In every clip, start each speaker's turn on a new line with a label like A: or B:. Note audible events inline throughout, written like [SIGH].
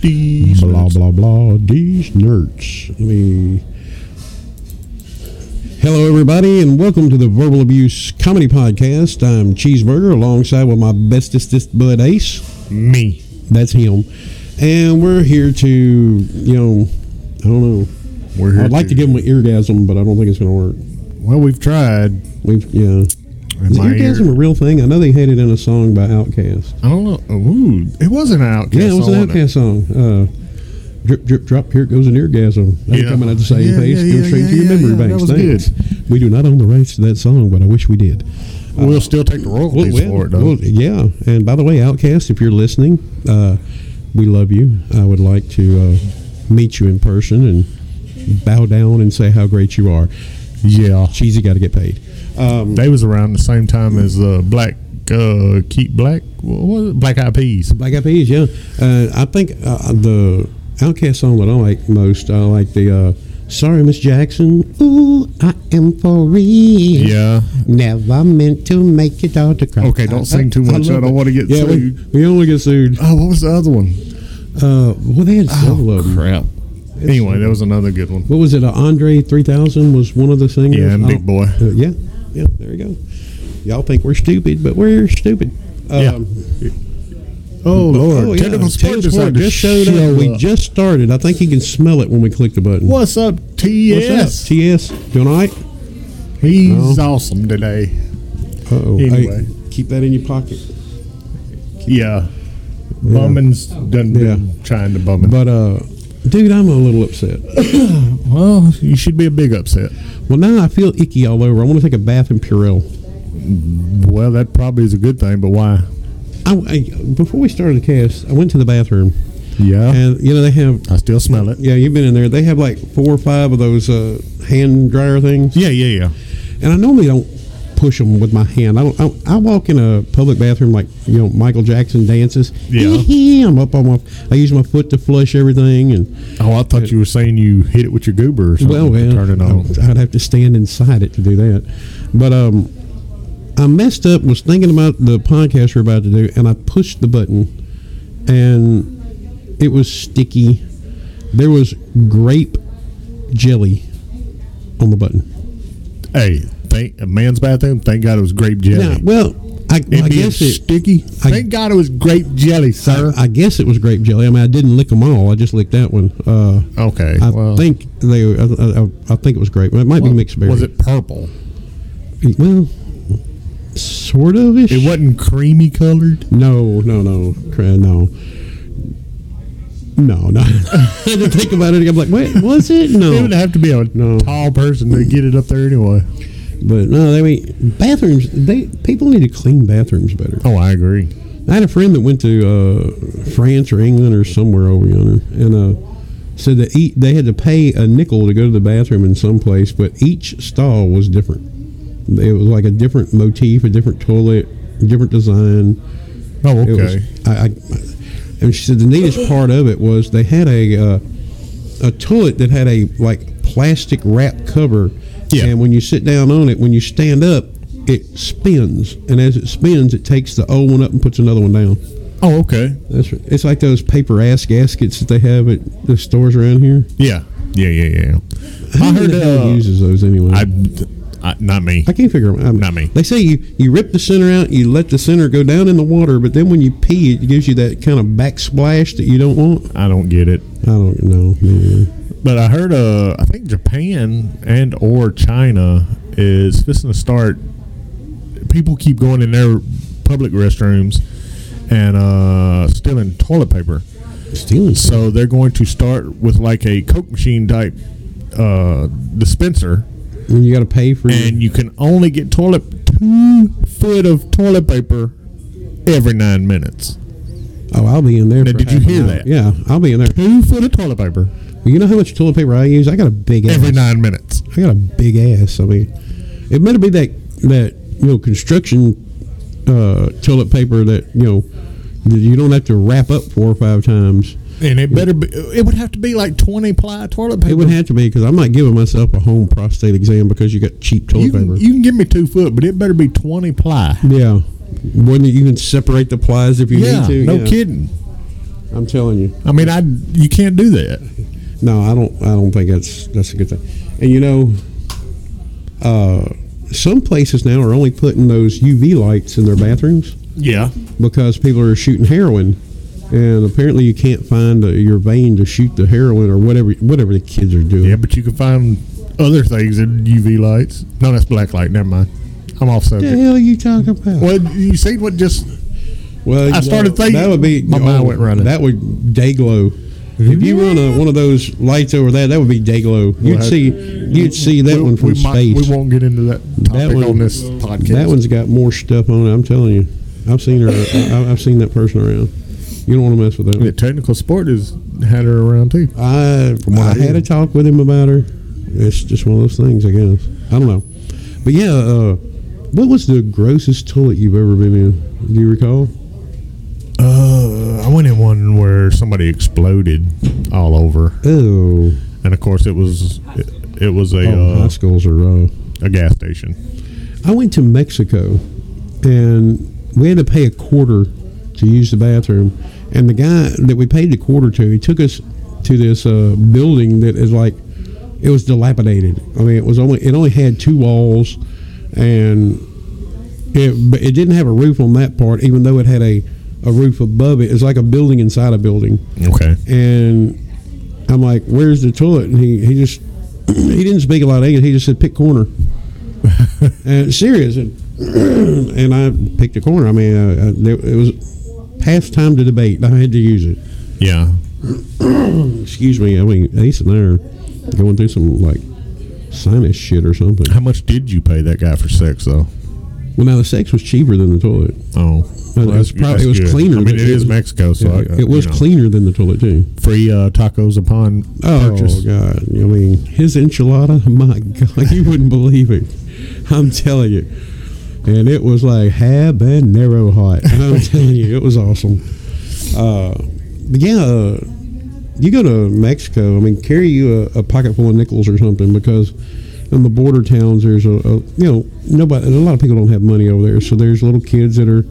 A: These
B: blah
A: nuts.
B: blah blah. These nerds. Let me. Hello, everybody, and welcome to the Verbal Abuse Comedy Podcast. I'm Cheeseburger, alongside with my bestestest bud Ace.
A: me.
B: That's him, and we're here to, you know, I don't know.
A: We're here
B: I'd like to give him an eargasm, but I don't think it's going to work.
A: Well, we've tried.
B: We've yeah.
A: In
B: Is
A: my ear-
B: eargasm a real thing? I know they had it in a song by Outkast.
A: I don't know. Oh, Ooh, it wasn't an outcast.
B: Yeah, it was
A: I
B: an
A: wanna-
B: Outkast song. Uh, drip, drip, drop. Here goes an eargasm. That's
A: Yeah.
B: coming out the same
A: Yeah,
B: page.
A: yeah,
B: Go
A: yeah,
B: straight to your
A: yeah,
B: memory
A: yeah, that
B: banks.
A: was good.
B: Thanks. We do not own the rights to that song, but I wish we did.
A: We'll still take the royalties for it, though.
B: well, yeah. And by the way, Outcast, if you're listening, uh, we love you. I would like to uh, meet you in person and bow down and say how great you are.
A: yeah.
B: Cheesy got to get paid. Um,
A: They was around the same time as uh, Black, uh, Keep Black, what was it? Black Eyed Peas.
B: Black Eyed Peas, yeah. Uh, I think uh, the Outcast song that I like most, I like the uh, "Sorry Miss Jackson." Ooh, I am for real.
A: Yeah.
B: Never meant to make your daughter cry.
A: Okay, don't sing too
B: I
A: much. I
B: love
A: don't
B: it.
A: wanna get
B: yeah, we-
A: sued.
B: We, only get sued.
A: Oh, what was the other one?
B: Uh, well, they had several of 'em.
A: Oh, Crap. Anyway, that was another good one.
B: What was it? Uh, Andre three thousand was one of the singers.
A: Yeah, and
B: I
A: Big
B: don't-
A: Boy.
B: Uh, yeah, yeah. There you go. Y'all think we're stupid, but we're stupid.
A: Yeah.
B: Um,
A: Oh, Lord.
B: Oh, yeah.
A: Technical support
B: Technical support
A: decided to
B: just showed
A: show
B: up. We
A: up.
B: just started. I think you can smell it when we click the button.
A: What's up,
B: What's
A: TS?
B: up? TS, doing all right?
A: He's awesome today.
B: Uh-oh.
A: Anyway.
B: Hey, keep that in your pocket.
A: Yeah. Bummin's done been trying to bum it.
B: But, uh, dude, I'm a little upset.
A: Well, you should be a big upset.
B: Well, now I feel icky all over. I want to take a bath in Purell.
A: Well, that probably is a good thing, but why?
B: I, I- before we started the cast, I went to the bathroom.
A: Yeah.
B: And, you know, they have,
A: I still smell it.
B: yeah, you've been in there. They have like four or five of those uh, hand dryer things.
A: Yeah, yeah, yeah.
B: and I normally don't push them with my hand. I don't. I, I walk in a public bathroom like you know Michael Jackson dances.
A: Yeah.
B: I'm up on my. I use my foot to flush everything, and
A: Oh, I thought you were saying you hit it with your goober or something.
B: well,
A: to
B: well,
A: turn it on.
B: I'd have to stand inside it to do that. But um, I messed up. Was thinking about the podcast we're about to do, and I pushed the button, and it was sticky. There was grape jelly on the button.
A: Hey, thank a man's bathroom. Thank God it was grape jelly.
B: Yeah. Well, I,
A: it
B: I
A: being
B: guess it.
A: sticky.
B: I-
A: thank God it was grape jelly, sir.
B: I guess it was grape jelly. I mean, I didn't lick them all. I just licked that one. Uh,
A: okay.
B: I
A: well,
B: think they. I, I, I think it was grape. It might be mixed berry.
A: Was it purple?
B: Well, sort of ish.
A: It wasn't creamy colored.
B: No, no, no, cra- no, no, [LAUGHS] no. I had to think about it. I'm like, wait, was it?
A: It [LAUGHS]
B: No,
A: would have to be a
B: No.
A: tall person to get it up there anyway.
B: but no. They mean bathrooms. They people need to clean bathrooms better.
A: Oh, I agree.
B: I had a friend that went to uh, France or England or somewhere over yonder, and uh, said that eat, they had to pay a nickel to go to the bathroom in some place, but each stall was different. It was like a different motif, a different toilet, different design.
A: Oh,
B: It
A: okay.
B: was, I, I, and she said the neatest part of it was they had a uh, a toilet that had a like plastic wrap cover,
A: Yeah.
B: and when you sit down on it, when you stand up, it spins, and as it spins, it takes the old one up and puts another one down.
A: oh, okay.
B: That's right. It's like those paper ass gaskets that they have at the stores around here.
A: Yeah. Yeah, yeah, yeah. I
B: Who
A: heard
B: the hell
A: uh,
B: uses those anyway.
A: I, I, not me.
B: I can't figure them out.
A: Not me.
B: They say you, you rip the center out, you let the center go down in the water, but then when you pee, it gives you that kind of backsplash that you don't want.
A: I don't get it.
B: I don't know. man.
A: But I heard, uh, I think Japan and or China is fixing to start. People keep going in their public restrooms and uh, stealing toilet paper.
B: Stealing.
A: So they're going to start with like a Coke machine type uh, dispenser,
B: And you got to pay for it.
A: and you can only get toilet two foot of toilet paper every nine minutes.
B: Oh, I'll be in there.
A: Now,
B: for
A: did you
B: half an
A: hear
B: hour.
A: that?
B: Yeah, I'll be in there.
A: Two foot of toilet paper
B: You know how much toilet paper I use? I got a big ass.
A: every nine minutes.
B: I got a big ass. I mean, it better be that that you know construction uh, toilet paper that you know that you don't have to wrap up four or five times.
A: And it better be, it would have to be like 20 ply toilet paper.
B: It would have to be because I'm not giving myself a home prostate exam because you got cheap toilet
A: you, can,
B: paper.
A: you can give me two foot, but it better be 20 ply.
B: yeah, one that you can separate the plies if you
A: Yeah,
B: need to.
A: no
B: yeah.
A: kidding.
B: I'm telling you.
A: I mean, I you can't do that.
B: No, I don't. I don't think that's that's a good thing. And you know, uh, some places now are only putting those UV lights in their bathrooms
A: Yeah.
B: because people are shooting heroin, and apparently you can't find uh your vein to shoot the heroin or whatever whatever the kids are doing.
A: Yeah, but you can find other things in UV lights. No, that's black light. Never mind. I'm off
B: What the
A: subject.
B: hell are you talking about?
A: Well, you see what just
B: Well,
A: I
B: you
A: started thinking-
B: that would be oh,
A: my mind went running.
B: That would day glow. If you run a, one of those lights over there, that would be day glow. You'd
A: Right.
B: see, you'd see that
A: we,
B: one from
A: we might-
B: space.
A: we won't get into that topic
B: one-
A: on this podcast.
B: That one's got more stuff on it. I'm telling you, I've seen her. I, I've seen that person around. You don't want to mess with that.
A: Yeah,
B: One.
A: technical sport has had her around too.
B: I
A: what
B: I
A: I
B: had
A: hear.
B: a talk with him about her. It's just one of those things, I guess. I don't know, but yeah. Uh, what was the grossest toilet you've ever been in? Do you recall?
A: Uh, I went in one where somebody exploded all over,
B: Oh,
A: and of course it was it, it was a
B: oh, high
A: uh,
B: schools are rough.
A: a gas station.
B: I went to Mexico, and we had to pay a quarter to use the bathroom. And the guy that we paid the quarter to, he took us to this uh, building that is like it was dilapidated. I mean, it was only it only had two walls, and it but it didn't have a roof on that part, even though it had a a roof above it. It's like a building inside a building
A: Okay.
B: and I'm like, "Where's the toilet?" And he he just [CLEARS THROAT] he didn't speak a lot of English. He just said,
A: [LAUGHS]
B: "Pick corner." and serious, and, [CLEARS THROAT] and I picked a corner. I mean, uh, uh, there, it was past time to debate. [LAUGHS] I had to use it.
A: Yeah.
B: Excuse me. I mean, Ace and I are going through some like sinus shit or something.
A: How much did you pay that guy for sex though?
B: Well, now the sex was cheaper than the toilet.
A: Oh,
B: Well, that's prob- it was
A: good.
B: cleaner
A: I mean,
B: than-
A: it is Mexico, so I, uh,
B: it was
A: you know,
B: cleaner than the toilet too.
A: Free uh, tacos upon
B: Oh
A: purchase.
B: God! I mean, his enchilada. [LAUGHS] My God, you wouldn't believe it. I'm telling you, and it was like habanero hot. I'm telling you, it was awesome. Uh, but yeah, uh, you go to Mexico. I mean, carry you a, a pocket full of nickels or something because in the border towns, there's a, a you know nobody. A lot of people don't have money over there, so there's little kids that are.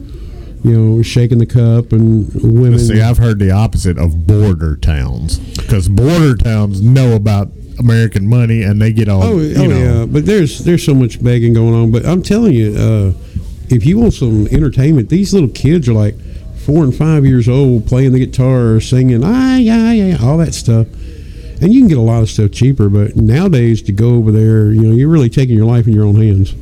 B: You know, shaking the cup and women.
A: See, I've heard the opposite of border towns because border towns know about American money and they get all.
B: Oh,
A: you
B: oh
A: know,
B: yeah, but there's there's so much begging going on. But I'm telling you, uh, if you want some entertainment, these little kids are like four and five years old, playing the guitar, singing, ah, yeah, yeah, all that stuff. And you can get a lot of stuff cheaper. But nowadays, to go over there, you know, you're really taking your life in your own hands.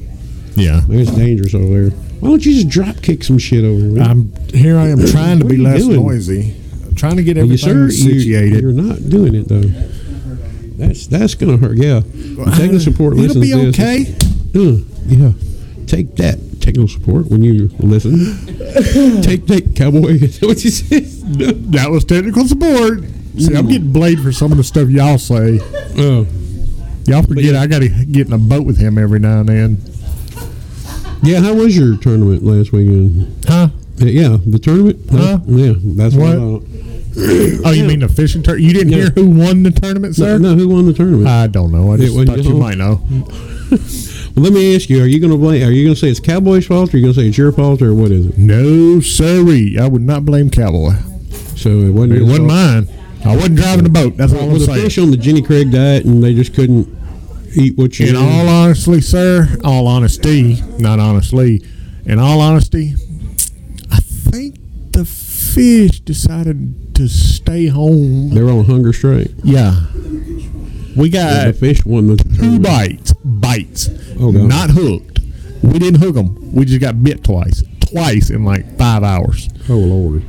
A: yeah.
B: Man, it's dangerous over there. Why don't you just drop kick some shit over there? man?
A: I'm here. I am trying to
B: What
A: be
B: are you
A: less
B: doing?
A: noisy, trying to get
B: you
A: everything
B: sir,
A: situated.
B: you, are not doing it though. That's that's gonna hurt. Yeah, technical support.
A: Uh, It'll
B: listens
A: be
B: to this.
A: okay.
B: Uh, yeah. Take that technical support when you
A: [LAUGHS]
B: listen. Take that, cowboy. [LAUGHS] Is that what you said?
A: That was technical support. See, I'm getting blamed for some of the stuff y'all say.
B: Oh.
A: Y'all forget I got to get in a boat with him every now and then.
B: Yeah, how was your tournament last weekend?
A: Huh?
B: Uh, yeah, the tournament?
A: Huh?
B: Yeah, that's what, I
A: What?
B: thought.
A: Oh, you mean the fishing tournament? You didn't
B: Yeah.
A: hear who won the tournament, sir?
B: No, no, who won the tournament?
A: I don't know. I just
B: wasn't
A: thought
B: you.
A: you might know.
B: well, let me ask you, are you going to blame, are you going to say it's Cowboy's fault, or are you going to say it's your fault, or what is it?
A: No, sorry. I would not blame Cowboy.
B: So it wasn't
A: It
B: your
A: wasn't
B: fault.
A: mine. I wasn't driving the boat. That's all I'm
B: Well, the
A: saying.
B: fish on the Jenny Craig diet, and they just couldn't eat what you
A: In all honestly, sir, all honesty, not honestly, in all honesty, I think the fish decided to stay home.
B: They were on hunger strike.
A: Yeah. We
B: the
A: got
B: fish won the
A: two
B: tournament.
A: bites. Bites.
B: Oh, God.
A: not hooked. We didn't hook them. We just got bit twice. Twice in like five hours.
B: Oh Lord!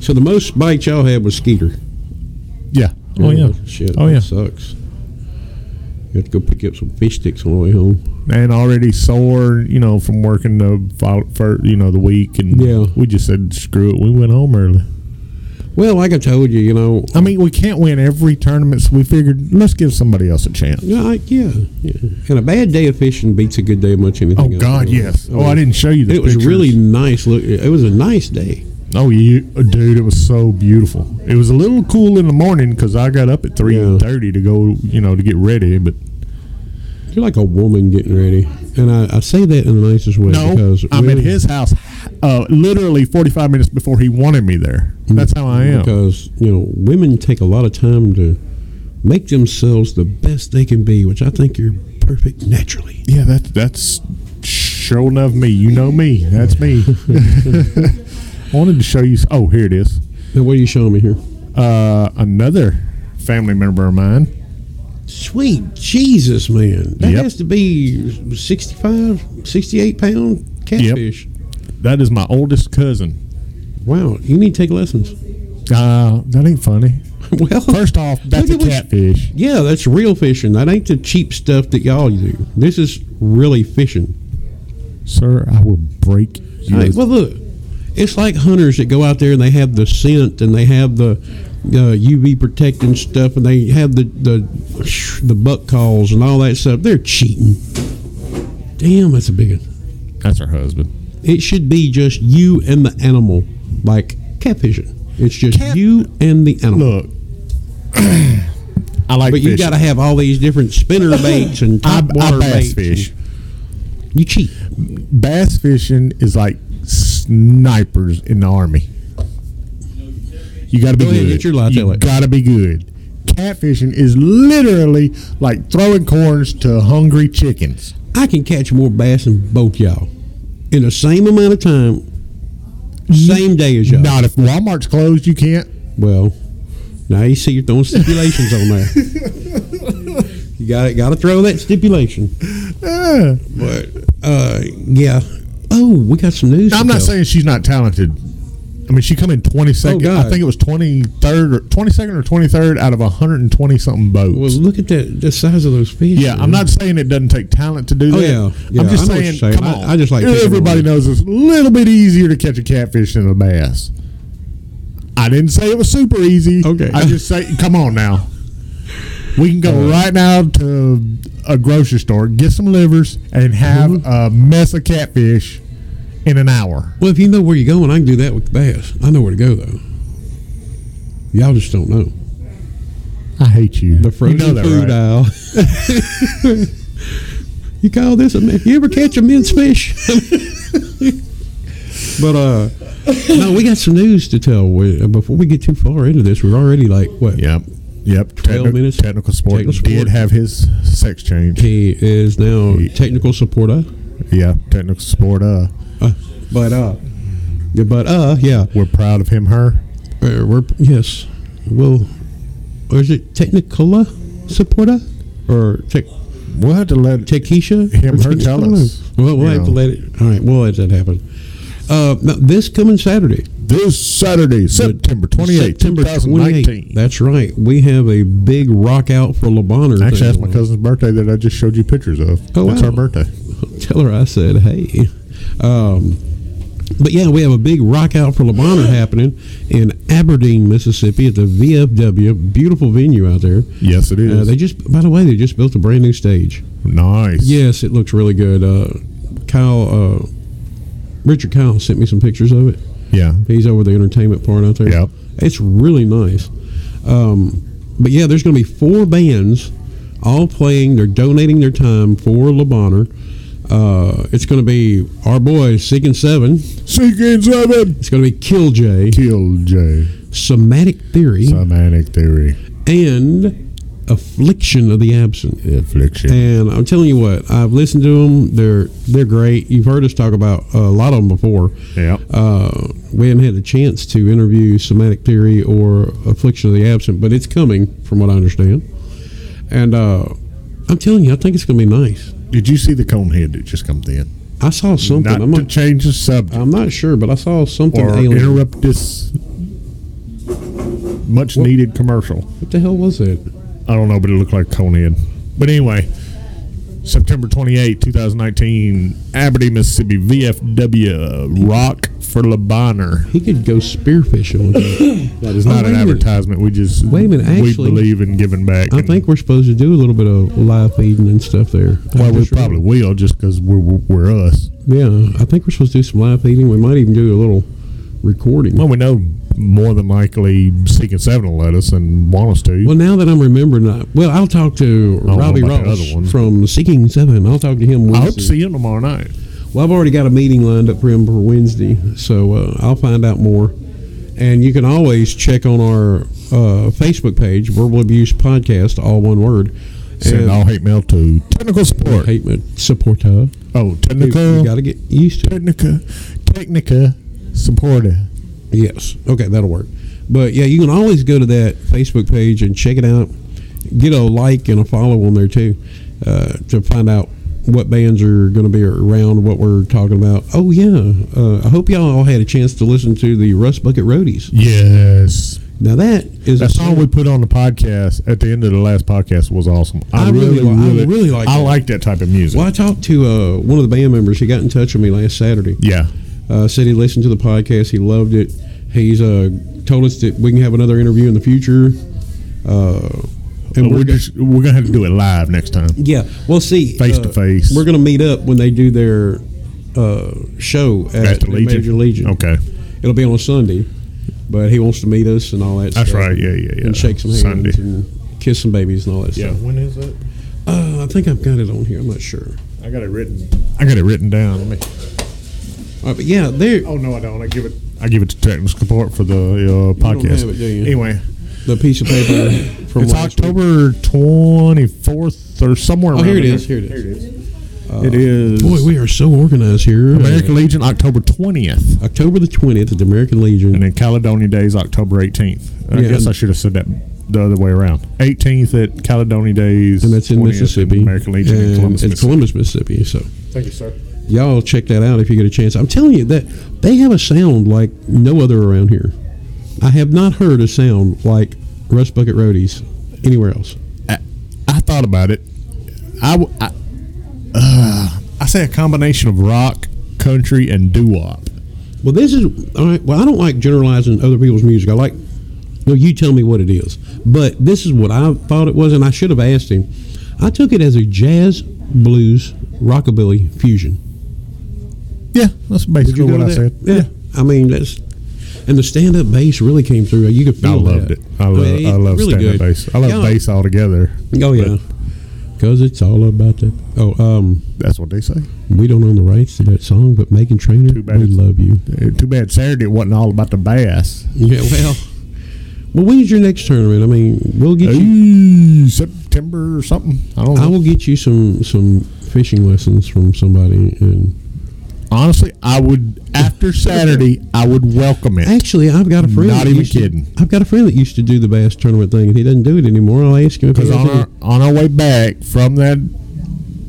B: So the most bites y'all had was Skeeter.
A: Yeah. Oh, yeah.
B: Shit.
A: Oh,
B: that
A: yeah.
B: Sucks. You have to go pick up some fish sticks on the way home.
A: and already sore, you know, from working the fol- for you know the week, and
B: Yeah.
A: we just said screw it, we went home early.
B: Well, like I told you, you know.
A: I mean, we can't win every tournament, so we figured let's give somebody else a chance.
B: Yeah, I, yeah, yeah. And a bad day of fishing beats a good day of much
A: Oh
B: anything. else.
A: God, yes. Oh, I didn't show you the.
B: It was
A: pictures.
B: really nice. Look, it was a nice day.
A: Oh, you, dude, it was so beautiful. It was a little cool in the morning because I got up at three
B: Yeah.
A: thirty to go, you know, to get ready. But
B: You're like a woman getting ready, and I, I say that in the nicest way
A: no,
B: because
A: I'm at
B: women-
A: his house uh, literally 45 minutes before he wanted me there. That's how I am.
B: because you know women take a lot of time to make themselves the best they can be, which I think you're perfect naturally.
A: Yeah, that that's sure enough me. You know me. That's
B: [LAUGHS]
A: me. [LAUGHS] I wanted to show you. s- Oh, here it is.
B: Now, what are you showing me here?
A: Uh, another family member of mine.
B: Sweet Jesus, man, that
A: Yep.
B: has to be 65, 68 pound catfish.
A: That is my oldest cousin.
B: Wow, you need to take lessons. [LAUGHS]
A: Uh, that ain't funny.
B: well,
A: First [LAUGHS] off, that's a
B: Look at what you-
A: catfish.
B: yeah, that's real fishing. That ain't the cheap stuff that y'all do. This is really fishing.
A: Sir, I will break you.
B: Hey, well, look, it's like hunters that go out there and they have the scent and they have the uh, UV protecting stuff and they have the the the buck calls and all that stuff. They're cheating. Damn, that's a big one.
A: that's her husband.
B: It should be just you and the animal, like catfishing. It's just
A: Cat-
B: you and the animal.
A: Look, I like
B: but you
A: fishing.
B: got to have all these
A: [LAUGHS]
B: different spinner baits and
A: I,
B: top
A: I
B: water
A: bass
B: baits.
A: fish.
B: You cheat.
A: Bass fishing is like snipers in the army. You got to be
B: Go
A: good.
B: ahead, get your lights out.
A: you got to be good. Catfishing is literally like throwing corns to hungry chickens.
B: I can catch more bass than both y'all in the same amount of time, same day as y'all.
A: Not if Walmart's closed, you can't.
B: Well, now you see you're throwing stipulations on there. You got got to throw that stipulation.
A: [LAUGHS] Eh.
B: But uh, yeah. Oh, we got some news. to
A: I'm not
B: tell.
A: saying she's not talented. I mean, she come in 22nd.
B: Oh, God.
A: I think it was 23rd or 22nd or 23rd out of 120 something boats.
B: Well, look at that the size of those fish.
A: Yeah, I'm
B: man.
A: not saying it doesn't take talent to do
B: Oh,
A: that.
B: yeah. Yeah,
A: I'm just
B: I know what you're
A: saying,
B: saying.
A: come
B: I-
A: on.
B: I just like picking
A: everybody
B: on
A: knows it's a little bit easier to catch a catfish than a bass. I didn't say it was super easy.
B: Okay.
A: I just say, come on now. We can go right now to a grocery store, get some livers, and have
B: Mm-hmm.
A: a mess of catfish in an hour.
B: Well, if you know where you're going, I can do that with the bass. I know where to go though. Y'all just don't know.
A: I hate you.
B: The frozen
A: you know that,
B: food
A: right?
B: aisle. [LAUGHS] you call this a min- you ever catch a mince fish? [LAUGHS] but uh, no, we got some news to tell. We, uh, before we get too far into this, we're already like what?
A: Yep. Yep.
B: 12
A: Techni-
B: minutes.
A: Technical sport
B: Technical
A: did
B: sport.
A: have his sex change.
B: He is now technical supporter.
A: Yeah. Technical sport. Uh,
B: Uh, but uh, yeah, but uh, yeah,
A: we're proud of him. Her.
B: Uh, we're yes. Well, or is it Technicola supporter or Tech
A: We'll have to let
B: Techisha?
A: Him,
B: Or
A: her, tell
B: Technicola?
A: us.
B: Well, we'll
A: You
B: have to
A: know.
B: let it. All right, we'll let that happen. Uh, now, this coming Saturday,
A: this Saturday, September twenty eighth, two
B: September 28th.
A: 2019.
B: That's right. We have a big rock out for La Bonheur.
A: Actually,
B: thing
A: that's my
B: on.
A: cousin's birthday that I just showed you pictures of.
B: Oh,
A: That's
B: wow.
A: her birthday.
B: Tell her I said, hey. Um, but yeah, we have a big rock out for La Bonheur happening in Aberdeen, Mississippi at the VFW. Beautiful venue out there.
A: Yes, it
B: Uh,
A: is.
B: they just, by the way, they just built a brand new stage.
A: nice.
B: Yes, it looks really good. Uh, Kyle, uh, Richard Kyle sent me some pictures of it.
A: Yeah.
B: He's over the entertainment part out there.
A: Yep.
B: It's really nice. Um, but yeah, there's going to be four bands all playing. They're donating their time for Le Bonheur. Uh, it's going to be our boy, Seeking Seven.
A: Seeking seven.
B: It's going to be Killjay,
A: Kill J.
B: Somatic Theory,
A: Semantic theory.
B: and Affliction of the Absent.
A: Affliction.
B: And I'm telling you what, I've listened to them. They're they're great. You've heard us talk about uh, a lot of them before.
A: Yep.
B: Uh, we haven't had a chance to interview Somatic Theory or Affliction of the Absent, but it's coming, from what I understand. And uh, I'm telling you, I think it's going to be nice.
A: Did you see the cone head that just comes in?
B: I saw something.
A: Not
B: I'm
A: to
B: not,
A: change the subject
B: I'm not sure, but I saw something
A: or
B: alien.
A: interrupt this much needed commercial.
B: what the hell was it?
A: I don't know, but it looked like Conan. But anyway, September twenty eighth, 2019, Aberdeen, Mississippi, VFW, Rock for Le Bonheur.
B: He could go spearfishing. With it.
A: That is
B: Oh,
A: not an
B: wait a minute.
A: advertisement. We just
B: Wait a minute,
A: we
B: actually,
A: believe in giving back.
B: I
A: and-
B: think we're supposed to do a little bit of live feeding and stuff there.
A: well,
B: I'm
A: we
B: just remembering.
A: probably will just because we're, we're we're us.
B: Yeah, I think we're supposed to do some live feeding. We might even do a little recording.
A: Well, we know more than likely Seeking Seven will let us and want us to.
B: Well, now that I'm remembering, I, well, I'll talk to
A: know
B: Robbie
A: about the
B: Ross
A: other one.
B: from Seeking Seven. I'll talk to him.
A: I
B: Wednesday.
A: hope to see him tomorrow night.
B: Well, I've already got a meeting lined up for him for Wednesday, so uh, I'll find out more. And you can always check on our uh, Facebook page, Verbal Abuse Podcast, all one word.
A: Send
B: And-
A: all hate mail to technical support.
B: hate me- supporter.
A: Oh,
B: You,
A: technical,
B: got to get used to. it.
A: technica, technica supporter.
B: Yes. Okay, that'll work. But yeah, you can always go to that Facebook page and check it out. Get a like and a follow on there too uh, to find out what bands are going to be around, what we're talking about. Oh yeah, uh, I hope y'all all had a chance to listen to the Rust Bucket Roadies.
A: Yes.
B: Now that is
A: That
B: a
A: song we put on the podcast at the end of the last podcast was awesome. I,
B: I
A: really,
B: really li- I
A: really,
B: really like
A: I
B: that.
A: like that type of music.
B: Well, I talked to uh, one of the band members. He got in touch with me last Saturday.
A: Yeah.
B: Uh, said he listened to the podcast. He loved it. He's uh, told us that we can have another interview in the future. Uh,
A: But we're
B: we're
A: just we're gonna have to do it live next time.
B: Yeah, well, see,
A: Face to
B: uh,
A: face.
B: We're going to meet up when they do their uh, show at,
A: At the Legion.
B: Major Legion.
A: Okay.
B: it'll be on a Sunday, but he wants to meet us and all that.
A: That's
B: stuff.
A: right. Yeah, yeah, yeah.
B: And shake some hands
A: Sunday.
B: and kiss some babies and all that
A: Yeah.
B: stuff.
A: When is it?
B: Uh, I think I've got it on here. I'm not sure.
A: I got it written. I got it written down. Let me.
B: All right, Uh, but yeah, there.
A: Oh no, I don't. I give it. I give it to technical support for the uh, podcast.
B: have it, do you?
A: Anyway,
B: The piece of paper from
A: it's
B: last week.
A: October twenty fourth or somewhere
B: Oh,
A: around.
B: here it
A: in
B: is.
A: there.
B: Here it is.
A: It is.
B: Boy, we are so organized here.
A: American Legion October twentieth,
B: October the twentieth at the American
A: and
B: Legion.
A: then Caledonia Days October eighteenth. I
B: Yeah.
A: guess I should have said that the other way around. Eighteenth at Caledonia Days,
B: And that's in
A: 20th at
B: Mississippi.
A: American Legion in
B: And
A: Columbus,
B: it's
A: Mississippi.
B: Columbus, Mississippi. So
A: Thank you, sir.
B: y'all check that out if you get a chance. I'm telling you that they have a sound like no other around here. I have not heard a sound like Rust Bucket Roadies anywhere else.
A: I, I thought about it. I, w- I- uh, I say a combination of rock, country, and doo wop.
B: Well, this is all right. Well, I don't like generalizing other people's music. I like no, you tell me what it is. But this is what I thought it was, and I should have asked him. I took it as a jazz, blues, rockabilly fusion.
A: Yeah, that's basically
B: Did you
A: what
B: go
A: I
B: to that?
A: said.
B: Yeah. I mean that's and the stand up bass really came through. You could feel
A: I loved
B: that.
A: it. I love
B: mean,
A: I
B: it-
A: love
B: really
A: stand up
B: good.
A: bass. I love
B: Yeah.
A: bass altogether.
B: Oh yeah.
A: But
B: Cause it's all about that. Oh, um,
A: that's what they say.
B: we don't own the rights to that song, but Megan Trainor,
A: Too bad
B: we
A: it's-
B: love you.
A: Uh, Too bad Saturday wasn't all about the bass.
B: Yeah. Well. Well, when's your next tournament? I mean, we'll get you.
A: Ooh, September or something. I don't know.
B: I will get you some some fishing lessons from somebody. And
A: Honestly, I would after Saturday, I would welcome it.
B: actually, I've got a friend.
A: Not
B: that
A: even
B: used to-
A: kidding.
B: I've got a friend that used to do the bass tournament thing, and he doesn't do it anymore. I'll ask him if he
A: Because
B: does
A: on
B: any-
A: our on our way back from that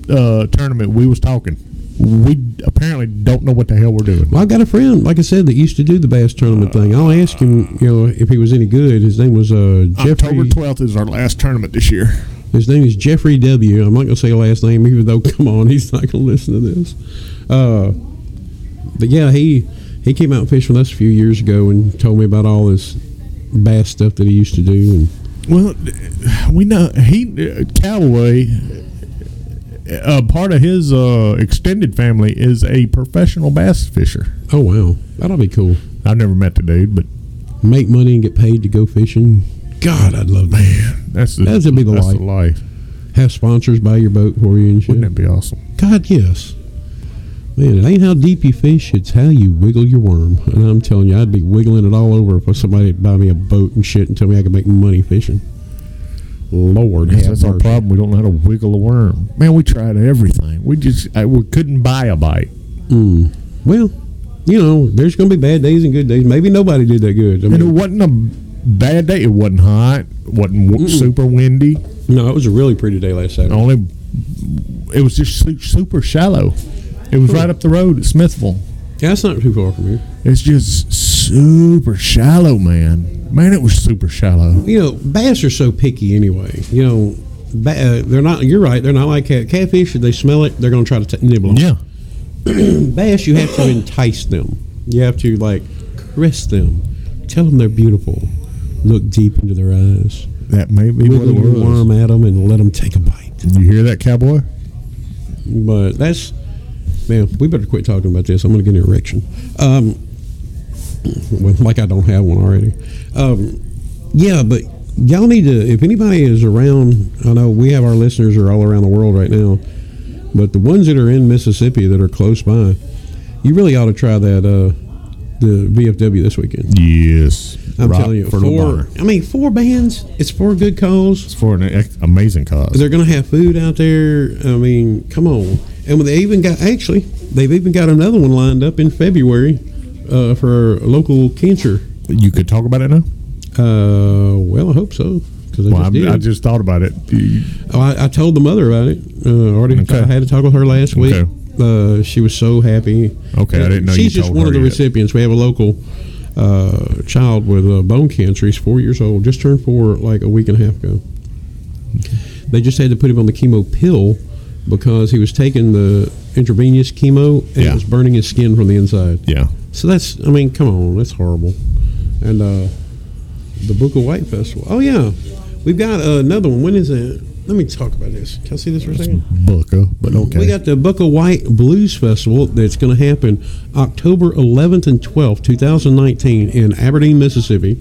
A: uh, tournament, we was talking. We apparently don't know what the hell we're doing.
B: Well, I've got a friend, like I said, that used to do the bass tournament thing. I'll ask him, you know, if he was any good. His name was uh,
A: October
B: Jeffrey.
A: twelfth is our last tournament this year.
B: His name is Jeffrey W. I'm not gonna say last name, even though, [LAUGHS] come on, he's not gonna listen to this. Uh, but yeah, he he came out and fished with us a few years ago and told me about all this bass stuff that he used to do. And
A: Well, we know he Callaway. Uh, part of his uh, extended family is a professional bass fisher.
B: oh wow, that'll be cool.
A: I've never met the dude, but
B: Make money and get paid to go fishing. God, I'd love that.
A: that's the,
B: That'd be the
A: that's
B: life.
A: The life.
B: Have sponsors buy your boat for you and shit.
A: Wouldn't that be awesome?
B: God, yes. Man, it ain't how deep you fish, it's how you wiggle your worm. And I'm telling you, I'd be wiggling it all over if somebody would buy me a boat and shit and tell me I could make money fishing. Lord,
A: Yes,
B: have
A: that's our
B: mercy.
A: problem. We don't know how to wiggle a worm. Man, we tried everything. We just I, we couldn't buy a bite.
B: Mm. Well, you know, there's going to be bad days and good days. Maybe nobody did that good. I
A: And it
B: mean,
A: wasn't a bad day. It wasn't hot. wasn't w- super windy.
B: no, it was a really pretty day last Saturday.
A: Only it was just su- super shallow. It
B: Hmm.
A: was right up the road at Smithville.
B: Yeah, that's not too far from here.
A: It's just super shallow, man. Man, it was super shallow.
B: You know, bass are so picky anyway. You know, ba- uh, they're not, you're right, they're not like cat- catfish. If they smell it, they're going to try to t- nibble on it.
A: Yeah,
B: [CLEARS THROAT] bass, you have to entice them. You have to like caress them, tell them they're beautiful, look deep into their eyes,
A: that may be what
B: wiggle
A: it
B: your
A: was.
B: worm at them, and let them take a bite.
A: You hear that, cowboy?
B: But that's man, we better quit talking about this. I'm gonna get an erection. Um, well, like I don't have one already. Um, yeah, but y'all need to. If anybody is around, I know we have our listeners are all around the world right now. But the ones that are in Mississippi that are close by, you really ought to try that uh, the VFW this weekend.
A: Yes,
B: I'm
A: Rock
B: telling you,
A: Fertile
B: four.
A: Barn.
B: I mean, four bands. It's for a good cause.
A: It's for an ex- amazing cause.
B: They're going to have food out there. I mean, come on. And when they even got actually, they've even got another one lined up in February uh, for local cancer.
A: You could talk about it now.
B: Uh, well, I hope so. Because I
A: Well,
B: just
A: I'm-
B: did.
A: I, just thought about it. You-
B: Oh, I, I told the mother about it. Uh, already,
A: Okay.
B: I had to talk with her last week.
A: Okay.
B: Uh, she was so happy.
A: Okay, I didn't know you
B: She's just
A: told
B: one
A: her
B: of the
A: yet.
B: recipients. We have a local uh, child with uh, bone cancer. He's four years old. Just turned four like a week and a half ago. They just had to put him on the chemo pill because he was taking the intravenous chemo and
A: Yeah.
B: it was burning his skin from the inside.
A: Yeah,
B: So that's, I mean, come on, that's horrible. And uh, the Book of White Festival. Oh yeah, we've got another one. When is it? Let me talk about this. Can I see this for a second?
A: Booker, but okay.
B: We got the Book of White Blues Festival that's going to happen October 11th and 12th, 2019, in Aberdeen, Mississippi.